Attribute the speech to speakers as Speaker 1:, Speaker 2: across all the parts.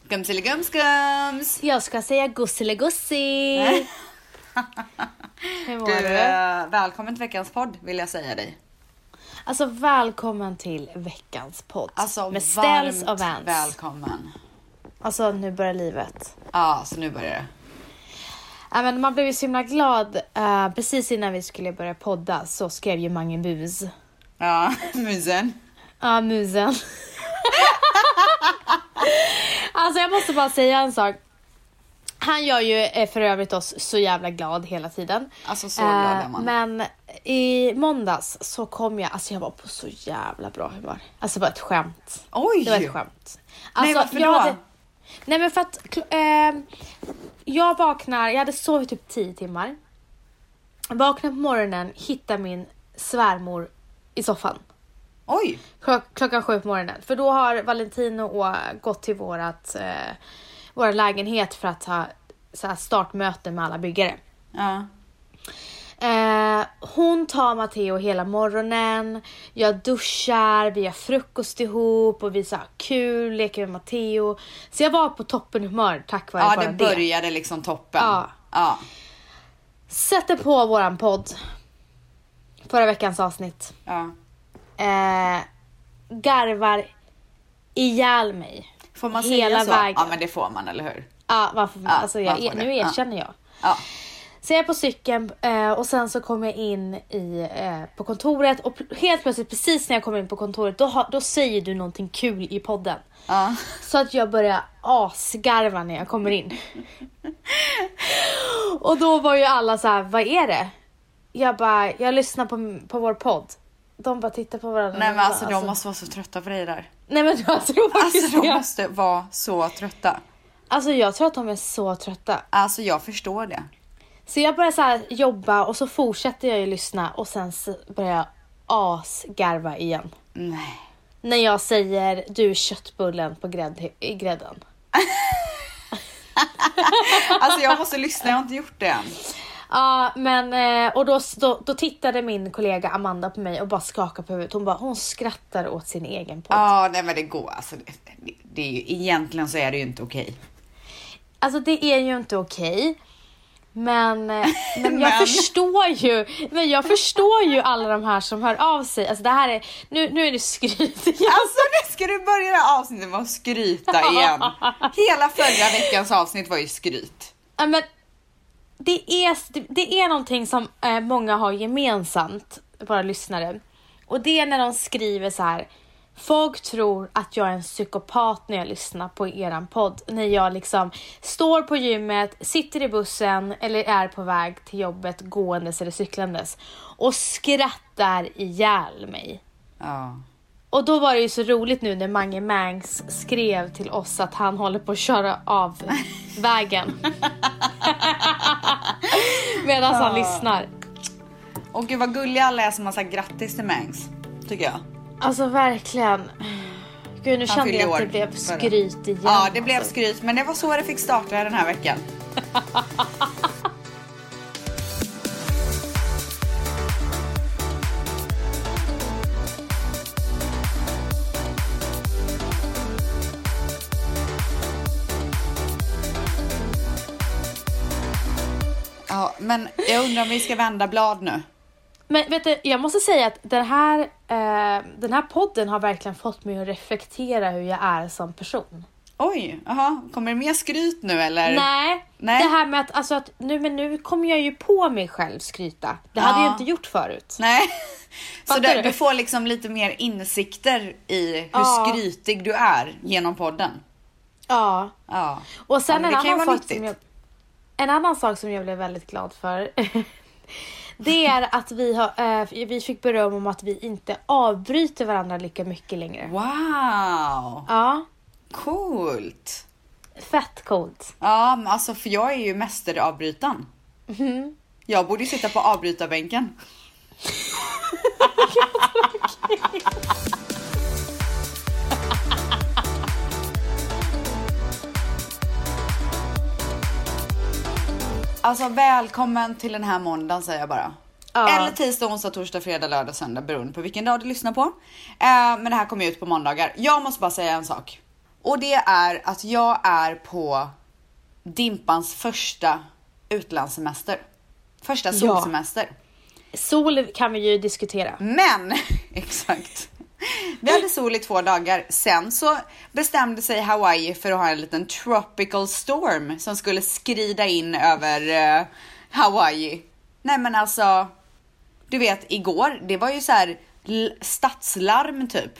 Speaker 1: Gums eller gums gums.
Speaker 2: Jag ska säga gusselegussi. Hur mår
Speaker 1: Du,
Speaker 2: du?
Speaker 1: eh, välkommen till veckans podd vill jag säga dig.
Speaker 2: Alltså välkommen till veckans podd.
Speaker 1: Alltså
Speaker 2: med
Speaker 1: varmt
Speaker 2: Ställs och Vans.
Speaker 1: välkommen.
Speaker 2: Alltså nu börjar livet.
Speaker 1: Ja, så nu börjar det.
Speaker 2: Ja, men man blev ju så himla glad. eh, precis innan vi skulle börja podda så skrev ju Mange Bus.
Speaker 1: Ja, musen.
Speaker 2: Ja, musen. alltså jag måste bara säga en sak. Han gör ju eh, för övrigt oss så jävla glad hela tiden.
Speaker 1: Alltså så glad
Speaker 2: Eh,
Speaker 1: är man.
Speaker 2: Men i måndags så kom jag, alltså jag var på så jävla bra humör. Alltså det var ett skämt.
Speaker 1: Oj!
Speaker 2: Det var ett skämt.
Speaker 1: Nej,
Speaker 2: Alltså,
Speaker 1: varför
Speaker 2: jag
Speaker 1: då?
Speaker 2: Hade, nej men för att kl- eh, jag vaknar, jag hade sovit typ 10 timmar. Vaknar på morgonen, hittar min svärmor i soffan.
Speaker 1: Oj!
Speaker 2: Klo- klockan sju på morgonen. För då har Valentino och gått till vårat, eh, vår lägenhet för att ha så här, startmöte med alla byggare.
Speaker 1: Ja.
Speaker 2: Eh, hon tar Matteo hela morgonen, jag duschar, vi har frukost ihop och vi så här, kul, leker med Matteo. Så jag var på toppen humör tack vare
Speaker 1: ja,
Speaker 2: bara
Speaker 1: det började liksom toppen.
Speaker 2: Ja.
Speaker 1: ja.
Speaker 2: Sätter på våran podd. Förra veckans avsnitt.
Speaker 1: ja.
Speaker 2: Eh, garvar ihjäl mig.
Speaker 1: Får man säga
Speaker 2: Hela
Speaker 1: så?
Speaker 2: vägen.
Speaker 1: Ja, men det får man, eller hur?
Speaker 2: Ja, varför, alltså
Speaker 1: man
Speaker 2: jag,
Speaker 1: får det.
Speaker 2: nu
Speaker 1: Ja.
Speaker 2: erkänner jag.
Speaker 1: Ja.
Speaker 2: Så jag är på cykeln eh, och sen så kommer jag in i, eh, på kontoret och pl- helt plötsligt precis när jag kommer in på kontoret då, har- då säger du någonting kul i podden.
Speaker 1: ja.
Speaker 2: Så att jag börjar asgarva när jag kommer in. och då var ju alla så här, vad är det? Jag bara, jag lyssnar på, på vår podd. De bara tittar på varandra.
Speaker 1: Nej
Speaker 2: och
Speaker 1: men
Speaker 2: bara,
Speaker 1: alltså de måste vara så trötta på dig där.
Speaker 2: Nej men jag tror faktiskt
Speaker 1: Alltså de
Speaker 2: det.
Speaker 1: måste vara så trötta.
Speaker 2: Alltså jag tror att de är så trötta.
Speaker 1: Alltså jag förstår det.
Speaker 2: Så jag börjar så här jobba och så fortsätter jag ju lyssna och sen så börjar jag asgarva igen.
Speaker 1: Nej.
Speaker 2: När jag säger du är köttbullen på grädd, i grädden.
Speaker 1: Alltså jag måste lyssna, jag har inte gjort det än.
Speaker 2: Ja men eh, och då, då, då tittade min kollega Amanda på mig och bara skakade på huvudet. Hon bara hon skrattar åt sin egen podd.
Speaker 1: Ja, nej men det går alltså. Det, det, det är ju, egentligen så är det ju inte okej.
Speaker 2: Alltså det är ju inte okej. Men, eh, men jag
Speaker 1: Men.
Speaker 2: förstår ju men jag förstår ju alla de här som hör av sig. Alltså det här är, nu, nu är det skryt igen.
Speaker 1: Alltså nu ska du börja det här avsnittet med att skryta igen. Hela förra veckans avsnitt var ju skryt.
Speaker 2: Ja, men det, är, det är någonting som eh, många har gemensamt, våra lyssnare. Och det är när de skriver så här. Folk tror att jag är en psykopat när jag lyssnar på eran podd. När jag liksom står på gymmet, sitter i bussen eller är på väg till jobbet gåendes eller cyklandes och skrattar ihjäl mig.
Speaker 1: Ja.
Speaker 2: Och då var det ju så roligt nu när Mange Mangs skrev till oss att han håller på att köra av vägen. Medan han lyssnar.
Speaker 1: Och gud vad gulliga alla är som har sagt grattis till Mangs. Tycker jag.
Speaker 2: Alltså verkligen. Gud nu kände
Speaker 1: fyllde
Speaker 2: jag att det
Speaker 1: år
Speaker 2: blev
Speaker 1: förra.
Speaker 2: skryt igen.
Speaker 1: Ja, det blev
Speaker 2: alltså.
Speaker 1: skryt men det var så det fick starta den här veckan. Ja, men jag undrar om vi ska vända blad nu.
Speaker 2: Men vet du, jag måste säga att den här, eh, den här podden har verkligen fått mig att reflektera hur jag är som person.
Speaker 1: Oj, aha, kommer det mer skryt nu eller?
Speaker 2: Nej,
Speaker 1: Nej.
Speaker 2: det här med att, alltså, att nu, men nu kommer jag ju på mig själv skryta. Det hade
Speaker 1: Ja.
Speaker 2: jag inte gjort förut.
Speaker 1: Nej. Så du,
Speaker 2: Fattar du?
Speaker 1: du får liksom lite mer insikter i hur
Speaker 2: Ja.
Speaker 1: skrytig du är genom podden.
Speaker 2: Ja.
Speaker 1: Ja.
Speaker 2: Och sen
Speaker 1: Ja, men
Speaker 2: en,
Speaker 1: det kan ju
Speaker 2: annan
Speaker 1: vara
Speaker 2: sak som jag,
Speaker 1: nyttigt.
Speaker 2: en annan sak som jag blev väldigt glad för. det är att vi, har, eh, vi fick beröm om att vi inte avbryter varandra lika mycket längre.
Speaker 1: Wow,
Speaker 2: Ja,
Speaker 1: coolt.
Speaker 2: fett coolt.
Speaker 1: Ja, men alltså för jag är ju mästeravbrytaren. Jag borde ju sitta på avbrytarbänken. Alltså välkommen till den här måndagen säger jag bara.
Speaker 2: Ja.
Speaker 1: Eller tisdag, onsdag, torsdag, fredag, lördag, söndag beroende på vilken dag du lyssnar på. Eh, men det här kommer ju ut på måndagar. Jag måste bara säga en sak. Och det är att jag är på Dimpans första utlandssemester. Första solsemester.
Speaker 2: Sol kan vi ju diskutera.
Speaker 1: Men, exakt. Vi hade sol i två dagar. Sen så bestämde sig Hawaii för att ha en liten tropical storm som skulle skrida in över eh, Hawaii. Nej men alltså, du vet igår, det var ju så här l- stadslarm typ.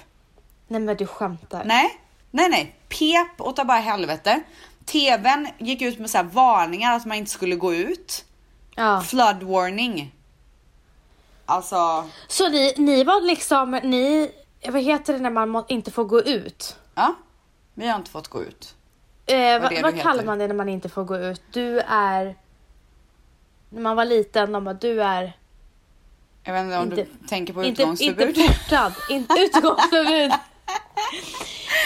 Speaker 2: Nej men du skämtar.
Speaker 1: Nej, nej, nej. Pep och ta bara helvete. TVn gick ut med så här varningar att man inte skulle gå ut.
Speaker 2: Ja.
Speaker 1: Flood warning. Alltså,
Speaker 2: Så ni, ni var liksom, ni, vad heter det när man må, inte får gå ut?
Speaker 1: ja. Vi har inte fått gå ut.
Speaker 2: Eh,
Speaker 1: det
Speaker 2: vad
Speaker 1: du
Speaker 2: vad
Speaker 1: heter.
Speaker 2: kallar man det när man inte får gå ut? Du är... När man var liten, de bara, du är...
Speaker 1: Jag vet inte om du
Speaker 2: Inte-
Speaker 1: tänker på
Speaker 2: Inte, inte
Speaker 1: utgångsförbud.
Speaker 2: portad, inte utgångsförbud.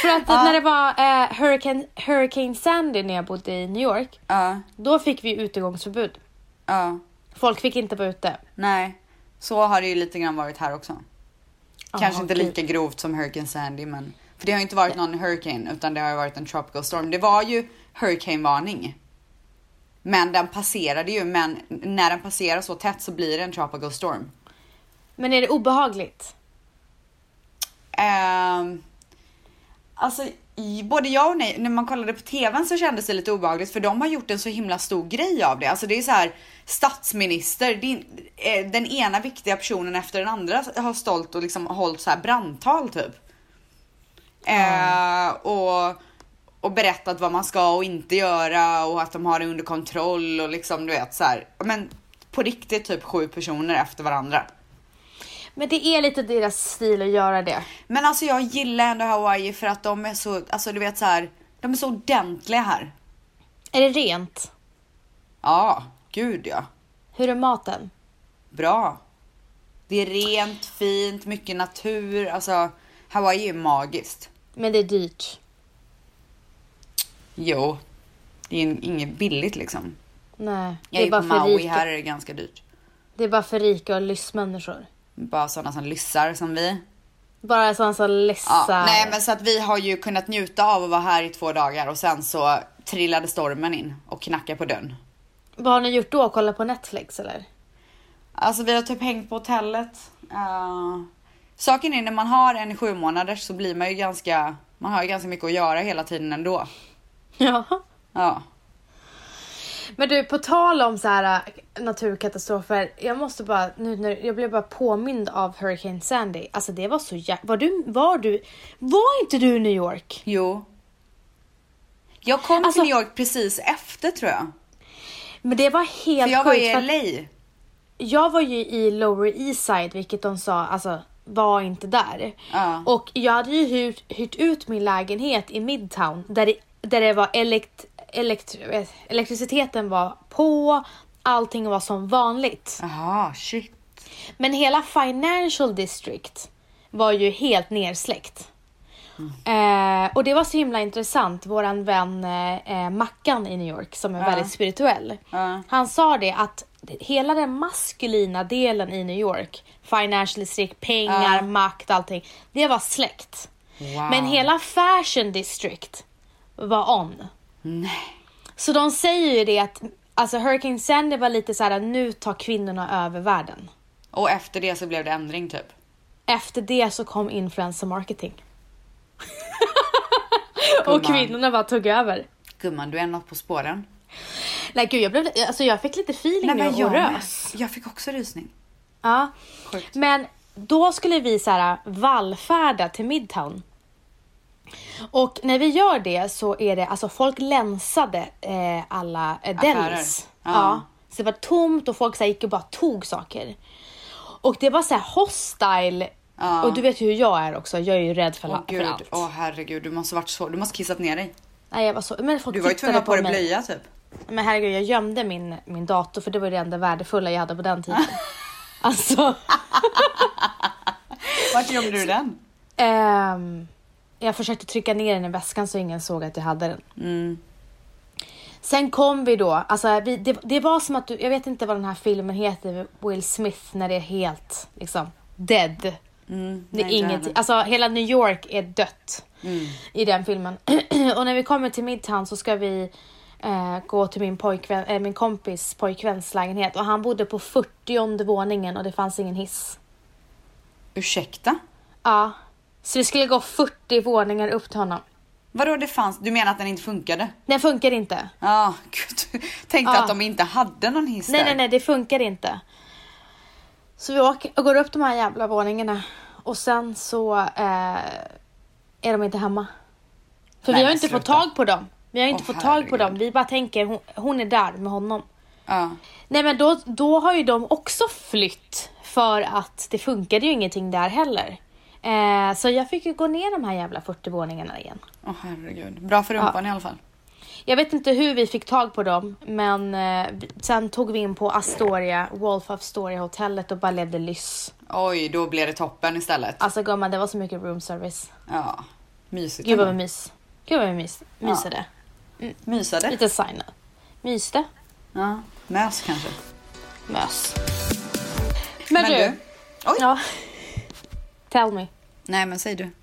Speaker 2: För att när det var eh, Hurricane, Hurricane Sandy när jag bodde i New York,
Speaker 1: Ja,
Speaker 2: då fick vi utegångsförbud.
Speaker 1: ja,
Speaker 2: Folk fick inte vara ute.
Speaker 1: nej. Så har det ju lite grann varit här också. Kanske
Speaker 2: Ja,
Speaker 1: inte
Speaker 2: gud.
Speaker 1: lika grovt som Hurricane Sandy, men för det har ju inte varit någon hurricane utan det har ju varit en tropical storm. Det var ju hurricane varning. Men den passerade ju, men när den passerar så tätt så blir det en tropical storm.
Speaker 2: Men är det obehagligt?
Speaker 1: Ehm, alltså, i- både ja och nej. När man kollade på tvn så kändes det lite obehagligt för de har gjort en så himla stor grej av det. Alltså det är så här statsminister, din, eh, den ena viktiga personen efter den andra har stolt och liksom hållit så här brandtal typ. Eh, och, och berättat vad man ska och inte göra och att de har det under kontroll och liksom du vet så här. Men på riktigt typ sju personer efter varandra.
Speaker 2: Men det är lite deras stil att göra det.
Speaker 1: Men alltså jag gillar ändå Hawaii för att de är så, alltså du vet så här, de är så ordentliga här.
Speaker 2: Är det rent?
Speaker 1: Ja, gud ja.
Speaker 2: Hur är maten?
Speaker 1: Bra. Det är rent, fint, mycket natur. Alltså Hawaii är magiskt.
Speaker 2: Men det är dyrt.
Speaker 1: Jo, det är in- inget billigt liksom.
Speaker 2: Nej,
Speaker 1: Jag
Speaker 2: det är
Speaker 1: är på
Speaker 2: bara för
Speaker 1: Maui,
Speaker 2: rika.
Speaker 1: här är det ganska dyrt.
Speaker 2: Det är bara för rika och lyssmänniskor.
Speaker 1: Bara sådana som lyssar som vi.
Speaker 2: Bara sån som ledsar.
Speaker 1: Ja, nej men så att vi har ju kunnat njuta av att vara här i två dagar och sen så trillade stormen in och knackade på dörren.
Speaker 2: Vad har ni gjort då? Kolla på Netflix eller?
Speaker 1: Alltså vi har typ hängt på hotellet. Eh, saken är när man har en sju månader så blir man ju ganska, man har ju ganska mycket att göra hela tiden ändå.
Speaker 2: Ja.
Speaker 1: Ja.
Speaker 2: Men du, på tal om så här äh, naturkatastrofer. Jag måste bara, nu när jag blev bara påmind av Hurricane Sandy. Alltså det var så jä... Var du, var du, var inte du i New York?
Speaker 1: Jo. Jag kom
Speaker 2: Alltså-
Speaker 1: till New York precis efter tror jag.
Speaker 2: Men det var
Speaker 1: För
Speaker 2: helt
Speaker 1: jag var
Speaker 2: sjukt.
Speaker 1: i
Speaker 2: för att
Speaker 1: LA.
Speaker 2: jag var ju i Lower East Side, vilket de sa, alltså var inte där.
Speaker 1: Ja.
Speaker 2: Och jag hade ju hyrt, hyrt ut min lägenhet i Midtown där det, där det var elekt, elekt, eh, elektriciteten var på, allting var som vanligt.
Speaker 1: Jaha, shit.
Speaker 2: Men hela Financial District var ju helt nersläckt. Eh, och det var så himla intressant, våran vän eh, eh, Mackan i New York som är väldigt spirituell.
Speaker 1: Ja.
Speaker 2: Han sa det att hela den maskulina delen i New York, Financial District, pengar,
Speaker 1: Ja.
Speaker 2: makt, allting, det var släckt.
Speaker 1: Wow.
Speaker 2: Men hela fashion district var on.
Speaker 1: Nej.
Speaker 2: Så de säger ju det att alltså Hurricane Sandy var lite så här nu tar kvinnorna över världen.
Speaker 1: Och efter det så blev det ändring typ.
Speaker 2: Efter det så kom influencer marketing.
Speaker 1: Gumman.
Speaker 2: Och kvinnorna bara tog över.
Speaker 1: Gumman, du är något på spåren.
Speaker 2: Nej gud jag blev, alltså jag fick lite feeling nu och
Speaker 1: jag,
Speaker 2: rös.
Speaker 1: jag fick också rysning.
Speaker 2: Ja.
Speaker 1: Sjukt.
Speaker 2: Men då skulle vi så här vallfärda till Midtown. Och när vi gör det så är det, alltså folk länsade eh, alla eh,
Speaker 1: Affärer.
Speaker 2: delis.
Speaker 1: Ja.
Speaker 2: Ja. Så det var tomt och folk så här, gick och bara tog saker. Och det var så här hostile.
Speaker 1: Ja.
Speaker 2: Och du vet ju hur jag är också, jag är ju rädd för,
Speaker 1: Åh
Speaker 2: la- för
Speaker 1: gud,
Speaker 2: allt.
Speaker 1: åh herregud, du måste varit så, du måste kissat ner dig.
Speaker 2: Nej, jag var så, men folk
Speaker 1: Du var ju
Speaker 2: tittade
Speaker 1: tvungen att ha på dig
Speaker 2: mig.
Speaker 1: blöja typ.
Speaker 2: Men herregud, jag gömde min, min dator för det var det enda värdefulla jag hade på den tiden. alltså,
Speaker 1: Vart gömde du den?
Speaker 2: ehm, jag försökte trycka ner den i väskan så ingen såg att jag hade den.
Speaker 1: Mm.
Speaker 2: Sen kom vi då, alltså vi, det, det var som att du, jag vet inte vad den här filmen heter, Will Smith när det är helt liksom dead.
Speaker 1: Mm,
Speaker 2: Det
Speaker 1: nej,
Speaker 2: är
Speaker 1: inte
Speaker 2: ingenting.
Speaker 1: heller.
Speaker 2: Alltså hela New York är dött
Speaker 1: Mm.
Speaker 2: i den filmen. och när vi kommer till Midtown så ska vi eh, gå till min, pojkvän, eh, min kompis pojkväns lägenhet och han bodde på 40 våningen och det fanns ingen hiss.
Speaker 1: Ursäkta?
Speaker 2: Ja. Så vi skulle gå 40 våningar upp till honom.
Speaker 1: Vadå det fanns? Du menar att den inte funkade?
Speaker 2: Den funkar inte.
Speaker 1: Ja, gud. Tänkte
Speaker 2: Ja.
Speaker 1: att de inte hade någon hiss
Speaker 2: Nej,
Speaker 1: där.
Speaker 2: nej, nej, det funkar inte. Så vi åker och går upp de här jävla våningarna och sen så eh, är de inte hemma. För
Speaker 1: Nej,
Speaker 2: vi har
Speaker 1: men
Speaker 2: inte fått
Speaker 1: sluta.
Speaker 2: tag på dem. Vi har inte
Speaker 1: Åh,
Speaker 2: fått tag på
Speaker 1: herregud.
Speaker 2: dem. Vi bara tänker hon, hon är där med honom.
Speaker 1: Ja.
Speaker 2: Nej men då, då har ju de också flytt för att det funkade ju ingenting där heller. Eh, så jag fick ju gå ner de här jävla 40 våningarna igen.
Speaker 1: Åh herregud. Bra för rumpan i alla fall.
Speaker 2: Jag vet inte hur vi fick tag på dem, men eh, vi- sen tog vi in på Astoria, Wolf of Astoria hotellet och bara levde lyss.
Speaker 1: Oj, då blev det toppen istället.
Speaker 2: Alltså gumman, det var så mycket room service.
Speaker 1: Ja. Mysigt.
Speaker 2: Gud vad vi
Speaker 1: ändå.
Speaker 2: mys. Gud vad vi mys. mysade.
Speaker 1: Mysade.
Speaker 2: Lite signa. Myste.
Speaker 1: Ja. Mös kanske.
Speaker 2: Mös. Men, du.
Speaker 1: Oj.
Speaker 2: Ja. Tell me.
Speaker 1: Nej men säg du. Har
Speaker 2: Nej,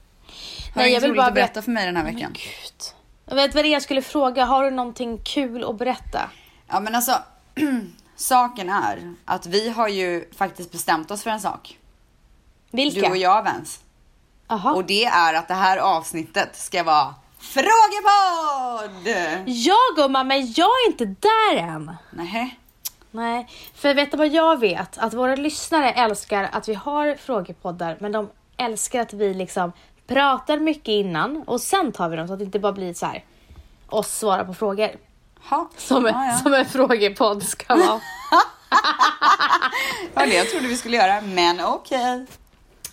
Speaker 1: du
Speaker 2: jag
Speaker 1: inget
Speaker 2: vill
Speaker 1: roligt
Speaker 2: bara Mm.
Speaker 1: att berätta
Speaker 2: berätta-
Speaker 1: för mig den här
Speaker 2: Men
Speaker 1: veckan?
Speaker 2: gud. Jag vet vad det är jag skulle fråga. Har du någonting kul att berätta?
Speaker 1: Ja men alltså. saken är att vi har ju faktiskt bestämt oss för en sak.
Speaker 2: Vilka?
Speaker 1: Du och jag Vens.
Speaker 2: Aha.
Speaker 1: Och det är att det här avsnittet ska vara Frågepodd!
Speaker 2: Ja gumman, men jag är inte där än.
Speaker 1: Nej.
Speaker 2: Nej, för vet du vad jag vet? Att våra lyssnare älskar att vi har frågepoddar, men de älskar att vi liksom pratar mycket innan och sen tar vi dem så att det inte bara blir så här oss svara på frågor.
Speaker 1: Ha.
Speaker 2: Som, en-
Speaker 1: ja, ja.
Speaker 2: som en frågepodd ska vara.
Speaker 1: ja, det jag trodde vi skulle göra, men okej.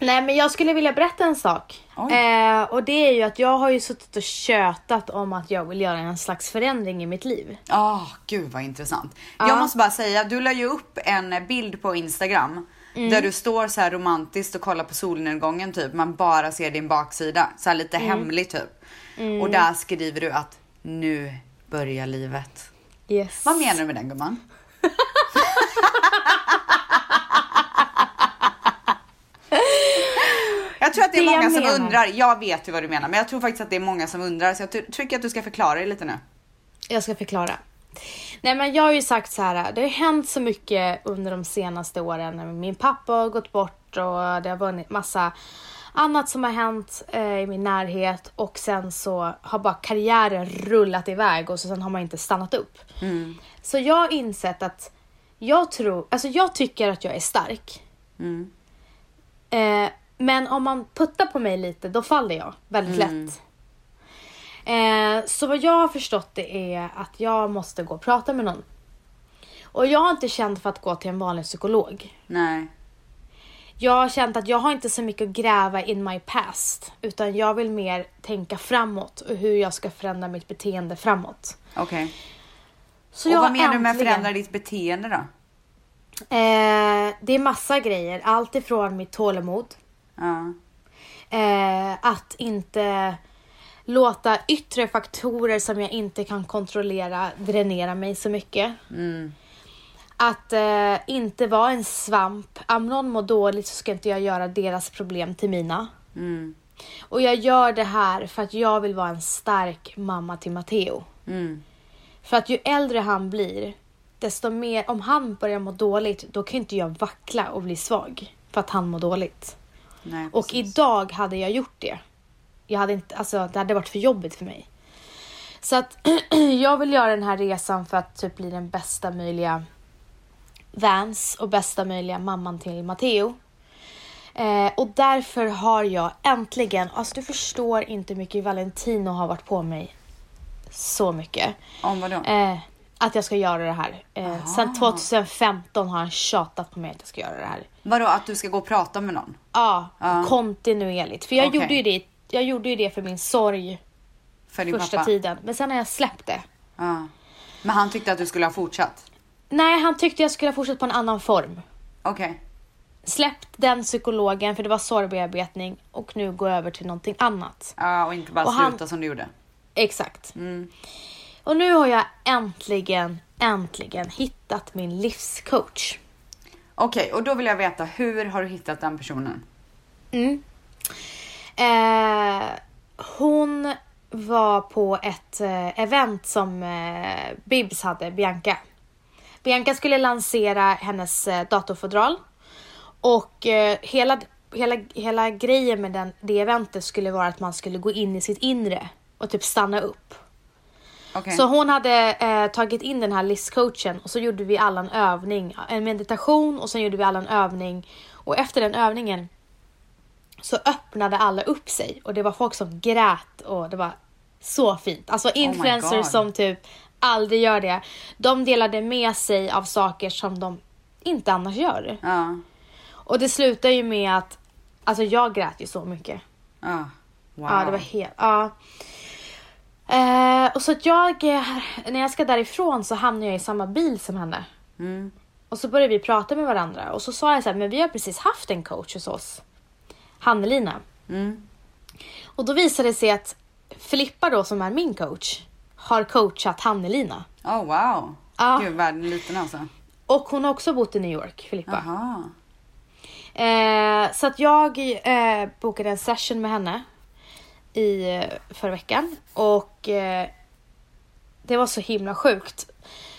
Speaker 2: Nej, men jag skulle vilja berätta en sak.
Speaker 1: Oj.
Speaker 2: Eh, och det är ju att jag har ju suttit och tjötat om att jag vill göra en slags förändring i mitt liv.
Speaker 1: Ah, gud vad intressant. Jag måste bara säga, du la ju upp en bild på Instagram
Speaker 2: Mm.
Speaker 1: där du står så här romantiskt och kollar på solnedgången typ. Man bara ser din baksida, så här lite
Speaker 2: Mm.
Speaker 1: hemlig typ. Och där skriver du att nu börjar livet.
Speaker 2: Yes.
Speaker 1: Vad menar du med den gumman? Jag tror att det är
Speaker 2: Det jag
Speaker 1: många som
Speaker 2: menar.
Speaker 1: undrar. Jag vet ju vad du menar, men jag tror faktiskt att det är många som undrar. Så jag ty- tycker att du ska förklara dig lite nu.
Speaker 2: Jag ska förklara. Nej men jag har ju sagt så här, det har ju hänt så mycket under de senaste åren. Min pappa har gått bort och det har varit massa annat som har hänt eh, i min närhet och sen så har bara karriären rullat iväg och så sen har man inte stannat upp.
Speaker 1: Mm.
Speaker 2: Så jag har insett att jag tror, alltså jag tycker att jag är stark.
Speaker 1: Mm.
Speaker 2: Eh, men om man puttar på mig lite, då faller jag väldigt
Speaker 1: Mm.
Speaker 2: lätt. Eh, så vad jag har förstått det är att jag måste gå och prata med någon. Och jag har inte känt för att gå till en vanlig psykolog.
Speaker 1: Nej.
Speaker 2: Jag har känt att jag har inte så mycket att gräva in my past. Utan jag vill mer tänka framåt och hur jag ska förändra mitt beteende framåt.
Speaker 1: Okej.
Speaker 2: Så
Speaker 1: Och
Speaker 2: jag
Speaker 1: vad
Speaker 2: har
Speaker 1: menar du med
Speaker 2: äntligen-
Speaker 1: förändra ditt beteende då?
Speaker 2: Eh, det är massa grejer. Allt ifrån mitt tålamod.
Speaker 1: Ja.
Speaker 2: Eh, att inte låta yttre faktorer som jag inte kan kontrollera dränera mig så mycket.
Speaker 1: Mm.
Speaker 2: Att eh, inte vara en svamp. Om någon mår dåligt så ska inte jag göra deras problem till mina.
Speaker 1: Mm.
Speaker 2: Och jag gör det här för att jag vill vara en stark mamma till Matteo.
Speaker 1: Mm.
Speaker 2: För att ju äldre han blir, desto mer, om han börjar må dåligt, då kan inte jag vackla och bli svag. För att han mår dåligt.
Speaker 1: Nej,
Speaker 2: Och idag hade jag gjort det. Jag hade inte, alltså, det hade varit för jobbigt för mig. Så att jag vill göra den här resan för att typ bli den bästa möjliga Vans och bästa möjliga mamman till Matteo. Eh, och därför har jag äntligen, alltså du förstår inte hur mycket Valentino har varit på mig så mycket.
Speaker 1: Om vadå?
Speaker 2: Eh, att jag ska göra det här. Eh, sen 2015 har han tjatat på mig att jag ska göra det här.
Speaker 1: Vadå att du ska gå och prata med någon?
Speaker 2: Ja,
Speaker 1: Ja.
Speaker 2: kontinuerligt. För jag,
Speaker 1: Okej.
Speaker 2: gjorde ju det, jag gjorde ju det för min sorg
Speaker 1: För din
Speaker 2: första
Speaker 1: pappa?
Speaker 2: tiden. Men sen har jag släppt det.
Speaker 1: Ja. Men han tyckte att du skulle ha fortsatt?
Speaker 2: Nej, han tyckte jag skulle ha fortsatt på en annan form.
Speaker 1: Okej.
Speaker 2: Släppt den psykologen för det var sorgbearbetning och nu gå över till någonting annat.
Speaker 1: Ja, och inte bara
Speaker 2: Och han-
Speaker 1: sluta som du gjorde?
Speaker 2: Exakt.
Speaker 1: Mm.
Speaker 2: Och nu har jag äntligen, äntligen hittat min livscoach.
Speaker 1: Okej, och då vill jag veta hur har du hittat den personen?
Speaker 2: Mm. Eh, hon var på ett eh, event som eh, Bibs hade, Bianca. Bianca skulle lansera hennes eh, datorfodral och eh, hela, hela, hela grejen med den, det eventet skulle vara att man skulle gå in i sitt inre och typ stanna upp.
Speaker 1: Okej.
Speaker 2: Så hon hade eh, tagit in den här listcoachen och så gjorde vi alla en övning, en meditation och sen gjorde vi alla en övning och efter den övningen så öppnade alla upp sig och det var folk som grät och det var så fint. Alltså influencers
Speaker 1: Oh God.
Speaker 2: som typ aldrig gör det. De delade med sig av saker som de inte annars gör.
Speaker 1: Ja.
Speaker 2: Och det slutar ju med att, alltså jag grät ju så mycket.
Speaker 1: Ja. Wow.
Speaker 2: Ja, det var helt... Ja. Eh, och så att jag, eh, när jag ska därifrån så hamnar jag i samma bil som henne.
Speaker 1: Mm.
Speaker 2: Och så började vi prata med varandra och så sa jag så här, men vi har precis haft en coach hos oss. Hannelina.
Speaker 1: Mm.
Speaker 2: Och då visade det sig att Filippa då som är min coach har coachat Hannelina.
Speaker 1: Oh, wow.
Speaker 2: Ja.
Speaker 1: Gud, världen är liten alltså.
Speaker 2: Och hon har också bott i New York, Filippa.
Speaker 1: Jaha.
Speaker 2: Eh, så att jag eh, bokade en session med henne i eh, förra veckan och eh, det var så himla sjukt.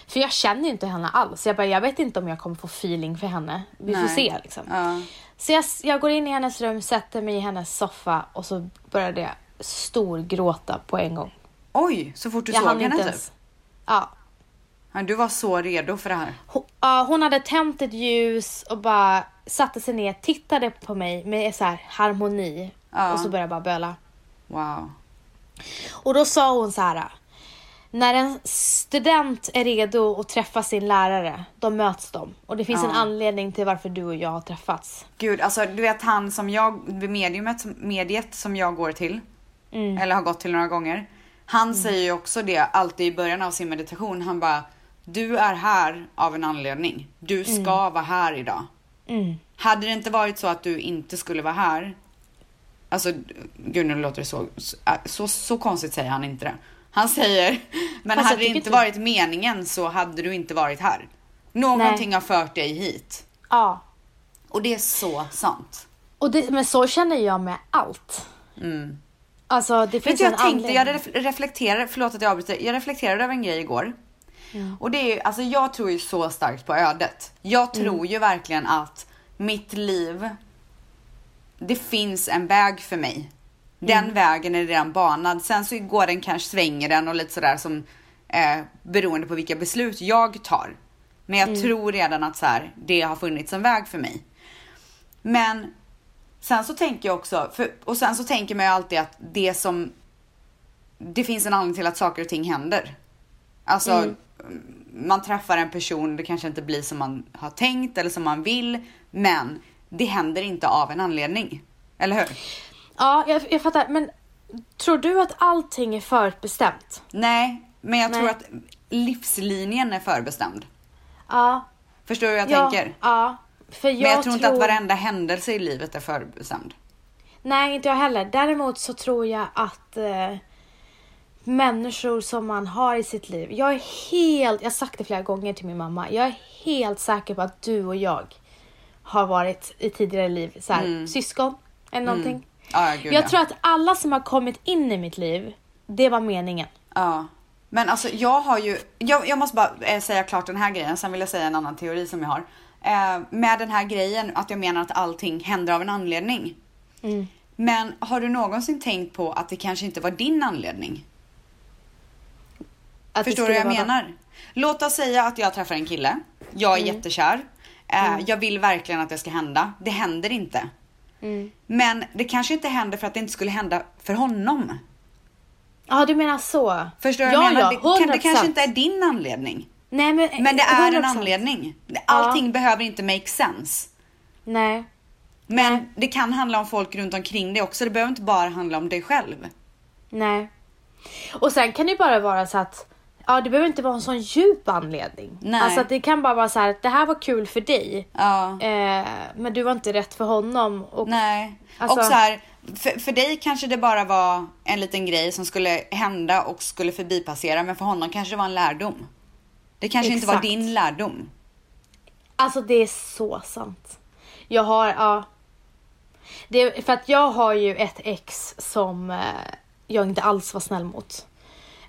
Speaker 2: För jag känner ju inte henne alls. Jag bara, jag vet inte om jag kommer få feeling för henne. Vi får
Speaker 1: Nej.
Speaker 2: se liksom.
Speaker 1: Ja.
Speaker 2: Så jag, jag går in i hennes rum, sätter mig i hennes soffa och så började jag storgråta på en gång.
Speaker 1: Oj, så fort du
Speaker 2: jag
Speaker 1: såg henne typ?
Speaker 2: Ja.
Speaker 1: Ja, du var så redo för det här.
Speaker 2: Hon, ja, hon hade tänt ett ljus och bara satte sig ner, tittade på mig med så här harmoni
Speaker 1: Ja.
Speaker 2: och så började jag bara böla.
Speaker 1: Wow.
Speaker 2: Och då sa hon så här. När en student är redo att träffa sin lärare, då möts de. Och det finns
Speaker 1: Ja.
Speaker 2: en anledning till varför du och jag har träffats.
Speaker 1: Gud, alltså du vet han som jag, mediumet, mediet som jag går till, eller har gått till några gånger. Han säger ju också det alltid i början av sin meditation. Han bara, du är här av en anledning. Du ska vara här idag.
Speaker 2: Mm.
Speaker 1: Hade det inte varit så att du inte skulle vara här. Alltså, gud nu låter det så, så, så konstigt säger han inte det. Han säger, men
Speaker 2: jag
Speaker 1: hade det
Speaker 2: tycker
Speaker 1: inte
Speaker 2: inte-
Speaker 1: varit meningen så hade du inte varit här. Någonting har fört dig hit.
Speaker 2: Ja.
Speaker 1: Och det är så sant.
Speaker 2: Och det, men så känner jag med allt. Alltså det
Speaker 1: Mm. Vet
Speaker 2: finns
Speaker 1: du,
Speaker 2: en
Speaker 1: jag tänkte,
Speaker 2: anledning.
Speaker 1: jag ref- reflekterade, förlåt att jag avbryter, jag reflekterade över en grej igår. Och det är ju, alltså jag tror ju så starkt på ödet. Jag
Speaker 2: Mm.
Speaker 1: tror ju verkligen att mitt liv, det finns en väg för mig. Den
Speaker 2: Mm.
Speaker 1: vägen är redan banad. Sen så går den kanske, svänger den och lite sådär som eh, beroende på vilka beslut jag tar. Men jag
Speaker 2: Mm.
Speaker 1: tror redan att så här, det har funnits en väg för mig. Men sen så tänker jag också, för, och sen så tänker man ju alltid att det som, det finns en anledning till att saker och ting händer. Alltså,
Speaker 2: Mm.
Speaker 1: man träffar en person, det kanske inte blir som man har tänkt eller som man vill, men det händer inte av en anledning. Eller hur?
Speaker 2: Ja, jag, jag fattar. Men tror du att allting är förutbestämt?
Speaker 1: Nej, men jag tror
Speaker 2: Nej.
Speaker 1: att livslinjen är förbestämd.
Speaker 2: Ja.
Speaker 1: Förstår du hur jag
Speaker 2: ja,
Speaker 1: tänker?
Speaker 2: Ja. För jag,
Speaker 1: Men jag, tror inte att varenda händelse i livet är förbestämd.
Speaker 2: Nej, inte jag heller. Däremot så tror jag att eh, människor som man har i sitt liv. Jag är helt, jag har sagt det flera gånger till min mamma. Jag är helt säker på att du och jag har varit i tidigare liv så här, syskon eller någonting.
Speaker 1: Ja, ja, Mm. gud,
Speaker 2: Jag
Speaker 1: ja.
Speaker 2: tror att alla som har kommit in i mitt liv, det var meningen.
Speaker 1: Ja. Men alltså jag har ju, jag, jag måste bara eh, säga klart den här grejen, sen vill jag säga en annan teori som jag har. Eh, med den här grejen att jag menar att allting händer av en anledning.
Speaker 2: Mm.
Speaker 1: Men har du någonsin tänkt på att det kanske inte var din anledning?
Speaker 2: Att det
Speaker 1: Förstår du vad jag
Speaker 2: skulle vara-
Speaker 1: menar? Låt oss säga att jag träffar en kille. Jag
Speaker 2: Mm.
Speaker 1: är jättekär. Eh, Jag vill verkligen att det ska hända. Det händer inte.
Speaker 2: Mm.
Speaker 1: Men det kanske inte händer för att det inte skulle hända för honom.
Speaker 2: Ja, du menar så.
Speaker 1: Förstår du
Speaker 2: ja,
Speaker 1: vad jag menar?
Speaker 2: Ja,
Speaker 1: det, kan, det
Speaker 2: 100%.
Speaker 1: kanske inte är din anledning.
Speaker 2: Nej, men,
Speaker 1: Men det är en
Speaker 2: 100%.
Speaker 1: anledning. Allting behöver inte make sense.
Speaker 2: Nej.
Speaker 1: Men det kan handla om folk runt omkring dig också. Det behöver inte bara handla om dig själv.
Speaker 2: Nej. Och sen kan det ju bara vara så att Ja, det behöver inte vara en sån djup anledning.
Speaker 1: Nej.
Speaker 2: Alltså att det kan bara vara så här att det här var kul för dig.
Speaker 1: Ja.
Speaker 2: Eh, men du var inte rätt för honom. Och,
Speaker 1: Nej.
Speaker 2: Alltså-
Speaker 1: Och så här, för, för dig kanske det bara var en liten grej som skulle hända och skulle förbipassera. Men för honom kanske det var en lärdom. Det kanske inte var
Speaker 2: Exakt.
Speaker 1: din lärdom.
Speaker 2: Alltså det är så sant. Jag har, ja. Det, är- för att jag har ju ett ex som eh, jag inte alls var snäll mot.